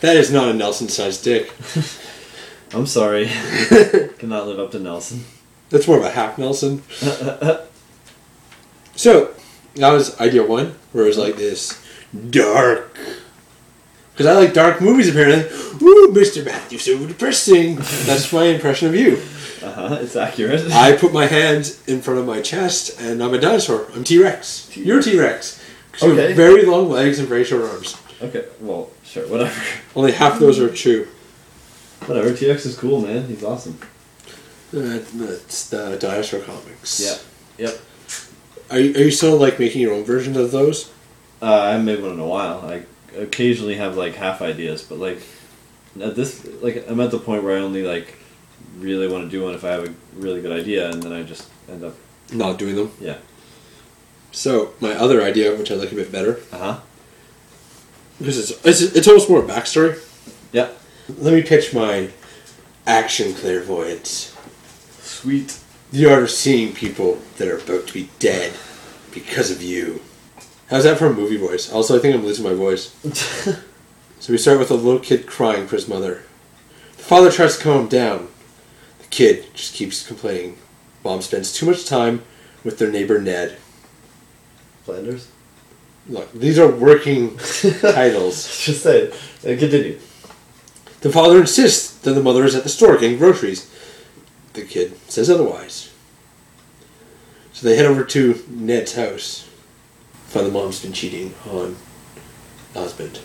Speaker 1: That is not a Nelson-sized dick.
Speaker 2: I'm sorry. Cannot live up to Nelson. Uh-huh,
Speaker 1: That's more of a half Nelson. so that was idea one, where it was like this dark. Because I like dark movies, apparently. Woo, Mr. Matthew, so depressing. That's my impression of you.
Speaker 2: Uh huh. It's accurate.
Speaker 1: I put my hands in front of my chest, and I'm a dinosaur. I'm T Rex. You're T Rex. So
Speaker 2: Okay.
Speaker 1: very long legs and very short arms.
Speaker 2: okay. Well, sure. Whatever.
Speaker 1: Only half those are true.
Speaker 2: Whatever. TX is cool, man. He's awesome.
Speaker 1: Uh, That's the dinosaur comics.
Speaker 2: Yeah. Yep.
Speaker 1: Are you, are you still like making your own version of those?
Speaker 2: Uh, I haven't made one in a while. I occasionally have like half ideas, but like at this, like I'm at the point where I only like really want to do one if I have a really good idea, and then I just end up
Speaker 1: Not doing them.
Speaker 2: yeah.
Speaker 1: So my other idea, which I like a bit better,
Speaker 2: Uh huh.
Speaker 1: because it's, it's it's almost more backstory.
Speaker 2: Yeah.
Speaker 1: Let me pitch my action clairvoyance,
Speaker 2: Sweet.
Speaker 1: the art of seeing people that are about to be dead because of you. How's that for a movie voice? Also, I think I'm losing my voice. So we start with a little kid crying for his mother. The father tries to calm him down. The kid just keeps complaining. Mom spends too much time with their neighbor Ned.
Speaker 2: Flanders.
Speaker 1: Look, these are working titles.
Speaker 2: just say it. Uh, continue.
Speaker 1: The father insists that the mother is at the store getting groceries. The kid says otherwise. So they head over to Ned's house. Find the mom's been cheating on the husband.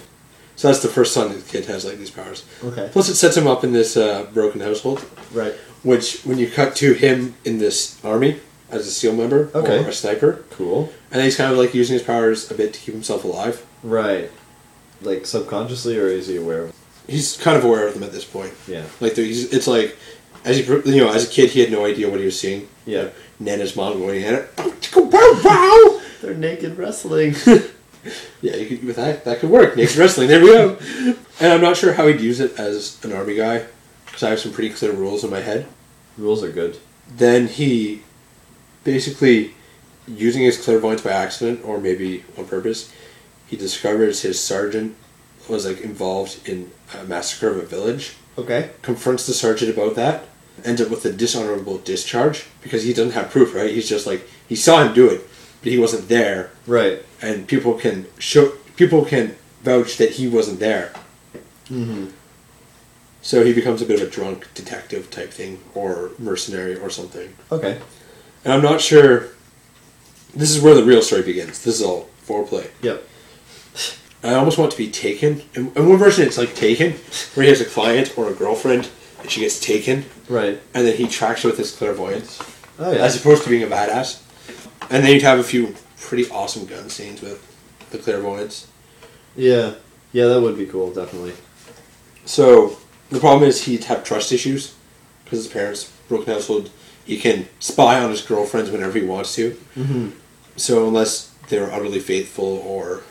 Speaker 1: So that's the first time the kid has like these powers.
Speaker 2: Okay.
Speaker 1: Plus, it sets him up in this uh, broken household,
Speaker 2: Right.
Speaker 1: which when you cut to him in this army as a SEAL member
Speaker 2: Okay.
Speaker 1: or a sniper,
Speaker 2: Cool.
Speaker 1: and he's kind of like using his powers a bit to keep himself alive.
Speaker 2: Right. Like subconsciously, or is he aware? of
Speaker 1: He's kind of aware of them at this point.
Speaker 2: Yeah.
Speaker 1: Like there- he's, it's like as he, you know, as a kid, he had no idea what he was seeing.
Speaker 2: Yeah.
Speaker 1: Nana's mom going at it. Wow, wow.
Speaker 2: They're naked wrestling.
Speaker 1: yeah, you could, with that that could work. Naked wrestling. There we go. And I'm not sure how he'd use it as an army guy because I have some pretty clear rules in my head.
Speaker 2: Rules are good.
Speaker 1: Then he basically using his clairvoyance by accident or maybe on purpose, he discovers his sergeant was like involved in a massacre of a village.
Speaker 2: Okay.
Speaker 1: confronts the sergeant about that, ends up with a dishonorable discharge because he doesn't have proof, right? He's just like he saw him do it. but he wasn't there,
Speaker 2: Right.
Speaker 1: and people can show people can vouch that he wasn't there.
Speaker 2: Mm-hmm.
Speaker 1: So he becomes a bit of a drunk detective type thing, or mercenary, or something.
Speaker 2: Okay.
Speaker 1: And I'm not sure. This is where the real story begins. This is all foreplay.
Speaker 2: Yep.
Speaker 1: I almost want it to be taken. In, in one version, it's like taken, where he has a client or a girlfriend, and she gets taken,
Speaker 2: Right.
Speaker 1: and then he tracks her with his clairvoyance,
Speaker 2: Oh yeah.
Speaker 1: as opposed to being a badass. And then you'd have a few pretty awesome gun scenes with the clairvoyance.
Speaker 2: yeah. Yeah, that would be cool, definitely.
Speaker 1: So the problem is he'd have trust issues because his parents broken household. He can spy on his girlfriends whenever he wants to.
Speaker 2: Mm-hmm.
Speaker 1: So unless they're utterly faithful or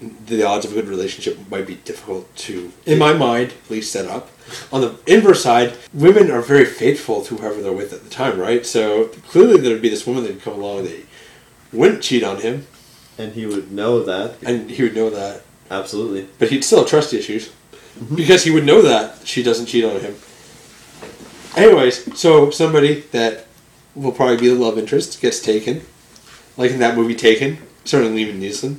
Speaker 1: the odds of a good relationship might be difficult to, in my mind, at least set up. On the inverse side, women are very faithful to whoever they're with at the time, right? So clearly there'd be this woman that'd come along that wouldn't cheat on him,
Speaker 2: And he would know that.
Speaker 1: and he would know that.
Speaker 2: Absolutely.
Speaker 1: But he'd still have trust issues because he would know that she doesn't cheat on him. Anyways, so somebody that will probably be the love interest gets taken, like in that movie Taken, starring Liam Neeson.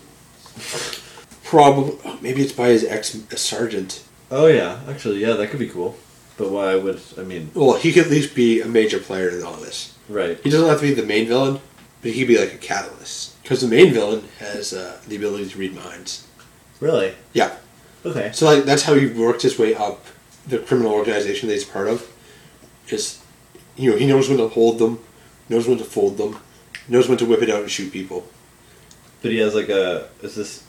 Speaker 1: Probably, oh, maybe it's by his ex sergeant.
Speaker 2: Oh yeah. Actually, yeah, that could be cool. But why would I mean?
Speaker 1: Well, he could at least be a major player in all this.
Speaker 2: Right.
Speaker 1: He doesn't have to be the main villain, but he could be like a catalyst because the main villain has uh, the ability to read minds.
Speaker 2: Really.
Speaker 1: Yeah.
Speaker 2: Okay.
Speaker 1: So like that's how he worked his way up the criminal organization that he's part of. Is you know he knows when to hold them, knows when to fold them, knows when to whip it out and shoot people.
Speaker 2: But he has like a. Is this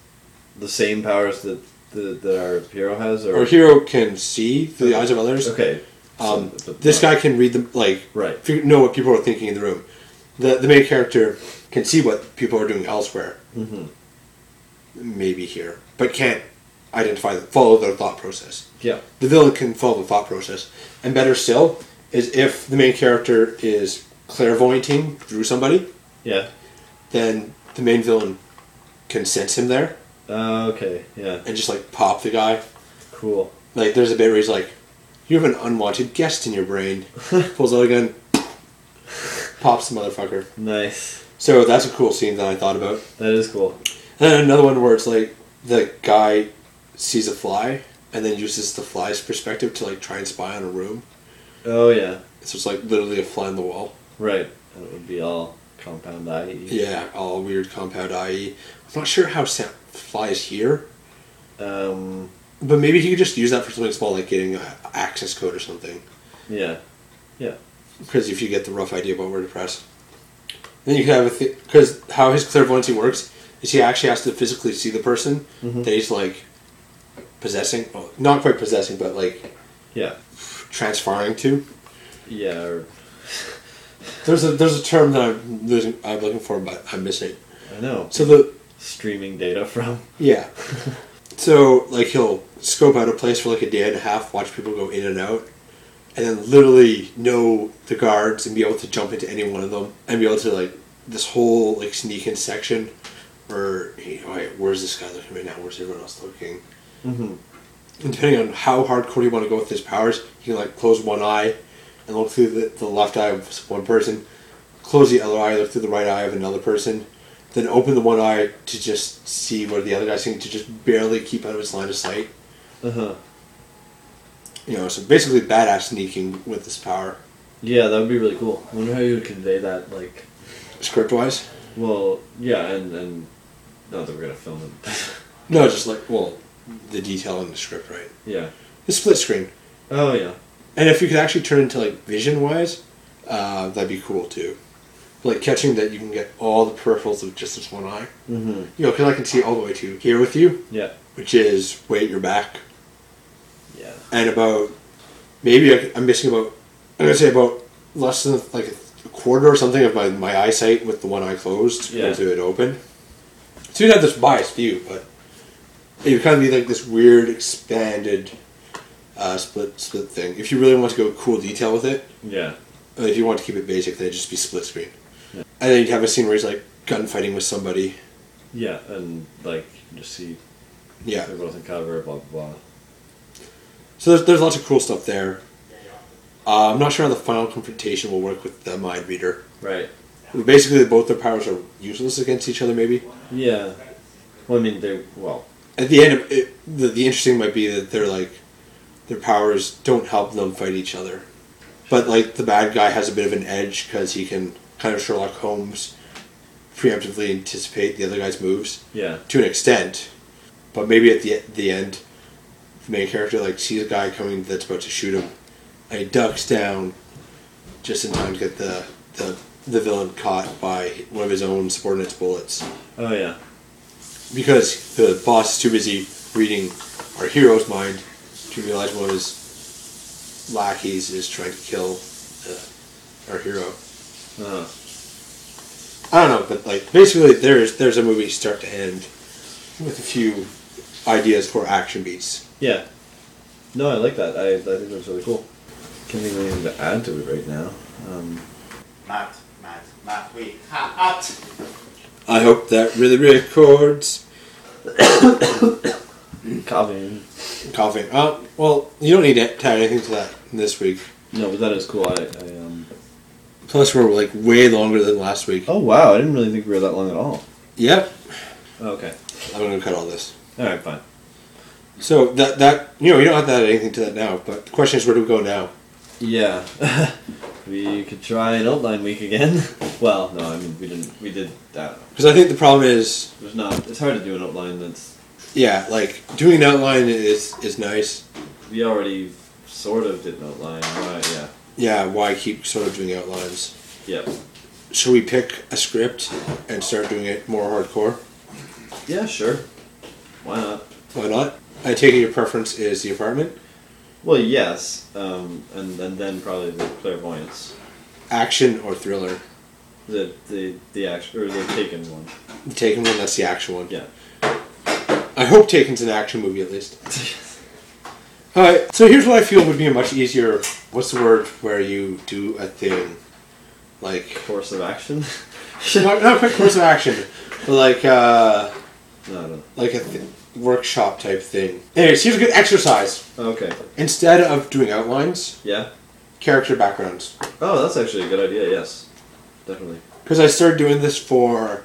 Speaker 2: the same powers that the, that our hero has? Or,
Speaker 1: Our hero can see through the eyes of others.
Speaker 2: okay.
Speaker 1: Um,
Speaker 2: So-
Speaker 1: this guy can read them like
Speaker 2: Right.
Speaker 1: fig- know what people are thinking in the room. The the main character can see what people are doing elsewhere,
Speaker 2: Mm-hmm.
Speaker 1: maybe here, but can't identify them, follow their thought process.
Speaker 2: Yeah.
Speaker 1: the villain can follow the thought process. And better still is if the main character is clairvoyanting through somebody,
Speaker 2: Yeah.
Speaker 1: then the main villain can sense him there
Speaker 2: Uh, okay. Yeah.
Speaker 1: and just like pop the guy.
Speaker 2: Cool.
Speaker 1: Like there's a bit where he's like, "You have an unwanted guest in your brain." Pulls out a gun, pops the motherfucker.
Speaker 2: Nice.
Speaker 1: So that's a cool scene that I thought about.
Speaker 2: That is cool.
Speaker 1: And then another one where it's like the guy sees a fly and then uses the fly's perspective to like try and spy on a room.
Speaker 2: Oh yeah.
Speaker 1: So it's like literally a fly on the wall.
Speaker 2: Right. And it would be all compound E. IE.
Speaker 1: Yeah, all weird compound IE. I'm not sure how sound flies here,
Speaker 2: Um.
Speaker 1: but maybe he could just use that for something small, like getting an access code or something.
Speaker 2: Yeah.
Speaker 1: Because if you get the rough idea about where to press, then you could have a because how his clairvoyancy works is he actually has to physically see the person
Speaker 2: Mhm.
Speaker 1: that he's like possessing, well, not quite possessing, but like
Speaker 2: Yeah.
Speaker 1: transferring to.
Speaker 2: Yeah. Or,
Speaker 1: There's a there's a term that I'm losing, I'm looking for, but I'm missing.
Speaker 2: I know.
Speaker 1: So the
Speaker 2: Streaming data from.
Speaker 1: Yeah. so like he'll scope out a place for like a day and a half, watch people go in and out, and then literally know the guards and be able to jump into any one of them and be able to like this whole like sneak in section or you know, hey, where's this guy looking right now? Where's everyone else looking?
Speaker 2: Mm-hmm.
Speaker 1: And depending on how hardcore you want to go with his powers, you can like close one eye and look through the, the left eye of one person, close the other eye, look through the right eye of another person, then open the one eye to just see what the other guy's seeing to just barely keep out of his line of sight.
Speaker 2: Uh huh.
Speaker 1: You know, so basically badass sneaking with this power,
Speaker 2: Yeah, that would be really cool. I wonder how you would convey that, like,
Speaker 1: script wise.
Speaker 2: well, yeah, and and not that we're gonna film it.
Speaker 1: No, just like well, the detail in the script, right?
Speaker 2: yeah.
Speaker 1: The split screen,
Speaker 2: Oh yeah.
Speaker 1: and if you could actually turn into like vision wise, uh, that'd be cool too. Like catching that you can get all the peripherals of just this one eye.
Speaker 2: Mm-hmm.
Speaker 1: You know, because I can see all the way to here with you,
Speaker 2: Yeah.
Speaker 1: which is way at your back,
Speaker 2: Yeah.
Speaker 1: and about maybe I- I'm missing about I'm gonna say about less than like a quarter or something of my, my eyesight with the one eye closed
Speaker 2: Yeah.
Speaker 1: into it open. So you'd have this biased view, but it would kind of be like this weird expanded uh, split split thing. If you really want to go cool detail with it,
Speaker 2: Yeah.
Speaker 1: uh, if you want to keep it basic, then it'd just be split screen,
Speaker 2: Yeah.
Speaker 1: and then you'd have a scene where he's like gunfighting with somebody.
Speaker 2: Yeah, and like you just see
Speaker 1: Yeah.
Speaker 2: they're both in cover, blah blah blah.
Speaker 1: So there's, there's lots of cool stuff there. Uh, I'm not sure how the final confrontation will work with the mind reader.
Speaker 2: Right.
Speaker 1: Basically, both their powers are useless against each other. Maybe
Speaker 2: Yeah. Well, I mean, they're well.
Speaker 1: at the end, of it, the, the interesting might be that they're like their powers don't help them fight each other, but like the bad guy has a bit of an edge because he can kind of Sherlock Holmes preemptively anticipate the other guy's moves
Speaker 2: Yeah.
Speaker 1: to an extent, but maybe at the the end, the main character like sees a guy coming that's about to shoot him, and he ducks down, just in time to get the the the villain caught by one of his own subordinates' bullets
Speaker 2: Oh yeah.
Speaker 1: because the boss is too busy reading our hero's mind to realize one of his lackeys is trying to kill uh, our hero.
Speaker 2: Uh,
Speaker 1: I don't know, but like basically, there's there's a movie start to end with a few ideas for action beats.
Speaker 2: yeah. No, I like that. I, I think that's really cool. Can't think of anything to add to it right now. Um,
Speaker 3: Matt, Matt, Matt, we hot.
Speaker 1: I hope that really records.
Speaker 2: coughing.
Speaker 1: Coughing. Uh, well, you don't need to tag anything to that this week.
Speaker 2: No, but that is cool. I, I um.
Speaker 1: Plus, we're like way longer than last week.
Speaker 2: Oh wow! I didn't really think we were that long at all.
Speaker 1: Yep,
Speaker 2: Okay.
Speaker 1: I'm gonna cut all this.
Speaker 2: All right. Fine.
Speaker 1: So that that you know you don't have to add anything to that now. But the question is, where do we go now?
Speaker 2: Yeah. we could try an outline week again. well, no, I mean we didn't. We did that.
Speaker 1: Because I think the problem is,
Speaker 2: There's not. It's hard to do an outline that's.
Speaker 1: yeah, like doing an outline is is nice.
Speaker 2: We already sort of did an outline. Right. Yeah.
Speaker 1: Yeah, why keep sort of doing outlines?
Speaker 2: Yep.
Speaker 1: Should we pick a script and start doing it more hardcore?
Speaker 2: Yeah. Sure. Why not?
Speaker 1: Why not? I take it your preference is the apartment.
Speaker 2: Well, yes, um, and, and then probably the clairvoyance,
Speaker 1: Action or thriller?
Speaker 2: the the the action or the taken one.
Speaker 1: The Taken one, that's the action one.
Speaker 2: Yeah.
Speaker 1: I hope Taken's an action movie at least. Alright, so here's what I feel would be a much easier what's the word where you do a thing? Like
Speaker 2: Course of action.
Speaker 1: not, not quite course of action, but like uh
Speaker 2: no, no.
Speaker 1: like a th- workshop type thing. Anyways, here's a good exercise.
Speaker 2: Okay.
Speaker 1: Instead of doing outlines,
Speaker 2: Yeah.
Speaker 1: character backgrounds.
Speaker 2: Oh, that's actually a good idea. Yes, definitely.
Speaker 1: Because I started doing this for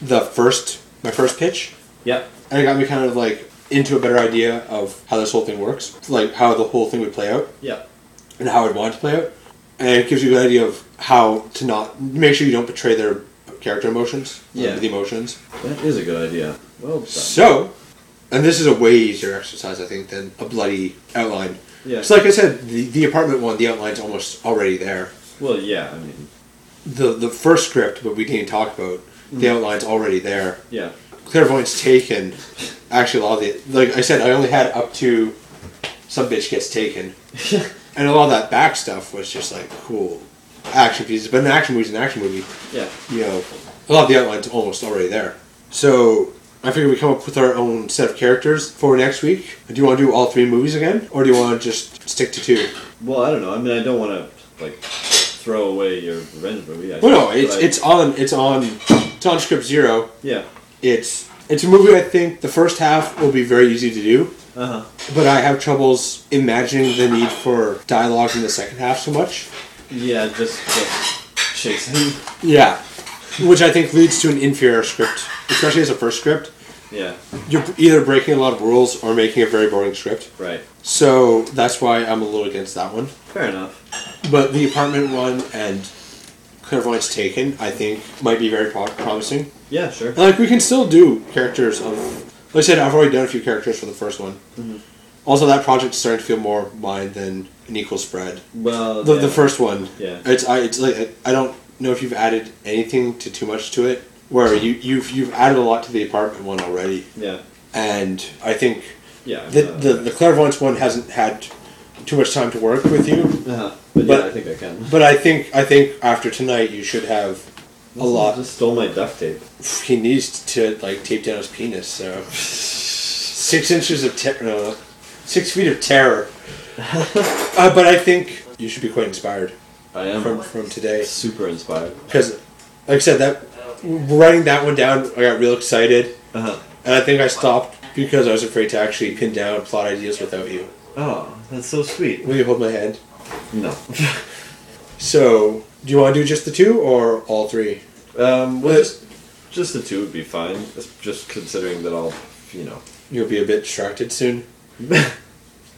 Speaker 1: the first my first pitch,
Speaker 2: Yeah.
Speaker 1: and it got me kind of like into a better idea of how this whole thing works, like how the whole thing would play out
Speaker 2: Yeah.
Speaker 1: and how I'd want it to play out, and it gives you a good idea of how to not make sure you don't betray their character emotions, like,
Speaker 2: Yeah.
Speaker 1: the emotions.
Speaker 2: That is a good idea. Well done.
Speaker 1: So, and this is a way easier exercise, I think, than a bloody outline.
Speaker 2: yeah.
Speaker 1: So, like I said, the, the apartment one, the outline's almost already there.
Speaker 2: well, yeah. I mean,
Speaker 1: The the first script, but we didn't talk about, the outline's already there.
Speaker 2: yeah.
Speaker 1: Clairvoyant's taken. Actually, a lot of the like I said, I only had up to some bitch gets taken, and a lot of that back stuff was just like cool action pieces. But an action movie's an action movie,
Speaker 2: yeah.
Speaker 1: you know. A lot of the outline's almost already there. So I figure we come up with our own set of characters for next week. Do you want to do all three movies again, or do you want to just stick to two?
Speaker 2: Well, I don't know. I mean, I don't want to like throw away your revenge movie. I
Speaker 1: Well, no,
Speaker 2: but
Speaker 1: it's
Speaker 2: I-
Speaker 1: it's on it's on it's on script zero.
Speaker 2: yeah.
Speaker 1: It's it's a movie I think the first half will be very easy to do.
Speaker 2: Uh huh.
Speaker 1: But I have troubles imagining the need for dialogue in the second half so much.
Speaker 2: Yeah. Just, just chasing.
Speaker 1: Yeah. Which I think leads to an inferior script, especially as a first script.
Speaker 2: yeah.
Speaker 1: You're either breaking a lot of rules or making a very boring script.
Speaker 2: Right.
Speaker 1: So that's why I'm a little against that one.
Speaker 2: Fair enough.
Speaker 1: But the apartment one and Clairvoyance Taken, I think, might be very pro- promising.
Speaker 2: Yeah. Sure.
Speaker 1: And, like, we can still do characters of. Like I said, I've already done a few characters for the first one. Also, that project's starting to feel more mine than an equal spread.
Speaker 2: Well,
Speaker 1: the,
Speaker 2: yeah.
Speaker 1: the first one.
Speaker 2: Yeah.
Speaker 1: It's I it's like I don't know if you've added anything to too much to it. Where you you've you've added a lot to the apartment one already,
Speaker 2: Yeah.
Speaker 1: and I think
Speaker 2: Yeah.
Speaker 1: the
Speaker 2: uh,
Speaker 1: the, the clairvoyance one hasn't had too much time to work with you.
Speaker 2: uh-huh. But,
Speaker 1: but-
Speaker 2: yeah, I think I can.
Speaker 1: But I think I think after tonight you should have a
Speaker 2: Someone
Speaker 1: lot.
Speaker 2: Just stole my duct tape.
Speaker 1: He needs to like tape down his penis. So six inches of ter- no, six feet of terror. uh, but I think you should be quite inspired
Speaker 2: I am
Speaker 1: from from today.
Speaker 2: super inspired.
Speaker 1: because like I said that writing that one down I got real excited
Speaker 2: Uh-huh.
Speaker 1: and I think I stopped because I was afraid to actually pin down plot ideas without you.
Speaker 2: Oh, that's so sweet.
Speaker 1: Will you hold my hand?
Speaker 2: No.
Speaker 1: So Do you want to do just the two or all three?
Speaker 2: Um, well,
Speaker 1: Uh,
Speaker 2: just, just the two would be fine. It's Just considering that I'll, you know,
Speaker 1: You'll be a bit distracted soon.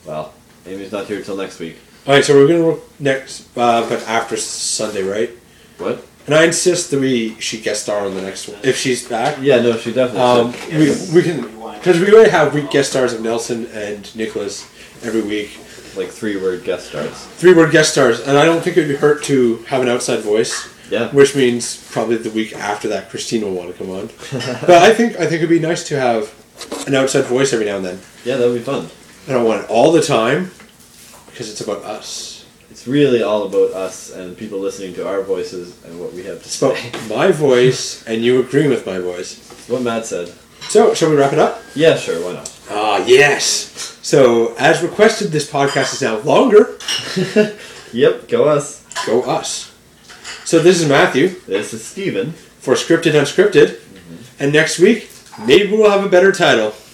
Speaker 2: well, Amy's not here till next week.
Speaker 1: All right, so we're gonna look next, uh, but after Sunday, right?
Speaker 2: What?
Speaker 1: And I insist that we she guest star on the next one if she's back.
Speaker 2: Yeah, no, she definitely.
Speaker 1: Um,
Speaker 2: should.
Speaker 1: we, we can because we already have week guest stars of Nelson and Nicholas every week.
Speaker 2: like three word guest stars.
Speaker 1: Three word guest stars, and I don't think it would hurt to have an outside voice.
Speaker 2: Yeah.
Speaker 1: Which means probably the week after that, Christine will want to come on. but I think I think it'd be nice to have an outside voice every now and then.
Speaker 2: Yeah, that would be fun.
Speaker 1: I don't want it all the time because it's about us.
Speaker 2: It's really all about us and people listening to our voices and what we have to
Speaker 1: It's
Speaker 2: say.
Speaker 1: about my voice and you agreeing with my voice.
Speaker 2: what Matt said.
Speaker 1: So, shall we wrap it up?
Speaker 2: Yeah, sure, why not?
Speaker 1: Ah, yes. So, as requested, this podcast is now longer.
Speaker 2: Yep, go us.
Speaker 1: Go us. So, this is Matthew
Speaker 2: This is Steven.
Speaker 1: for Scripted Unscripted. And next week, maybe we'll have a better title.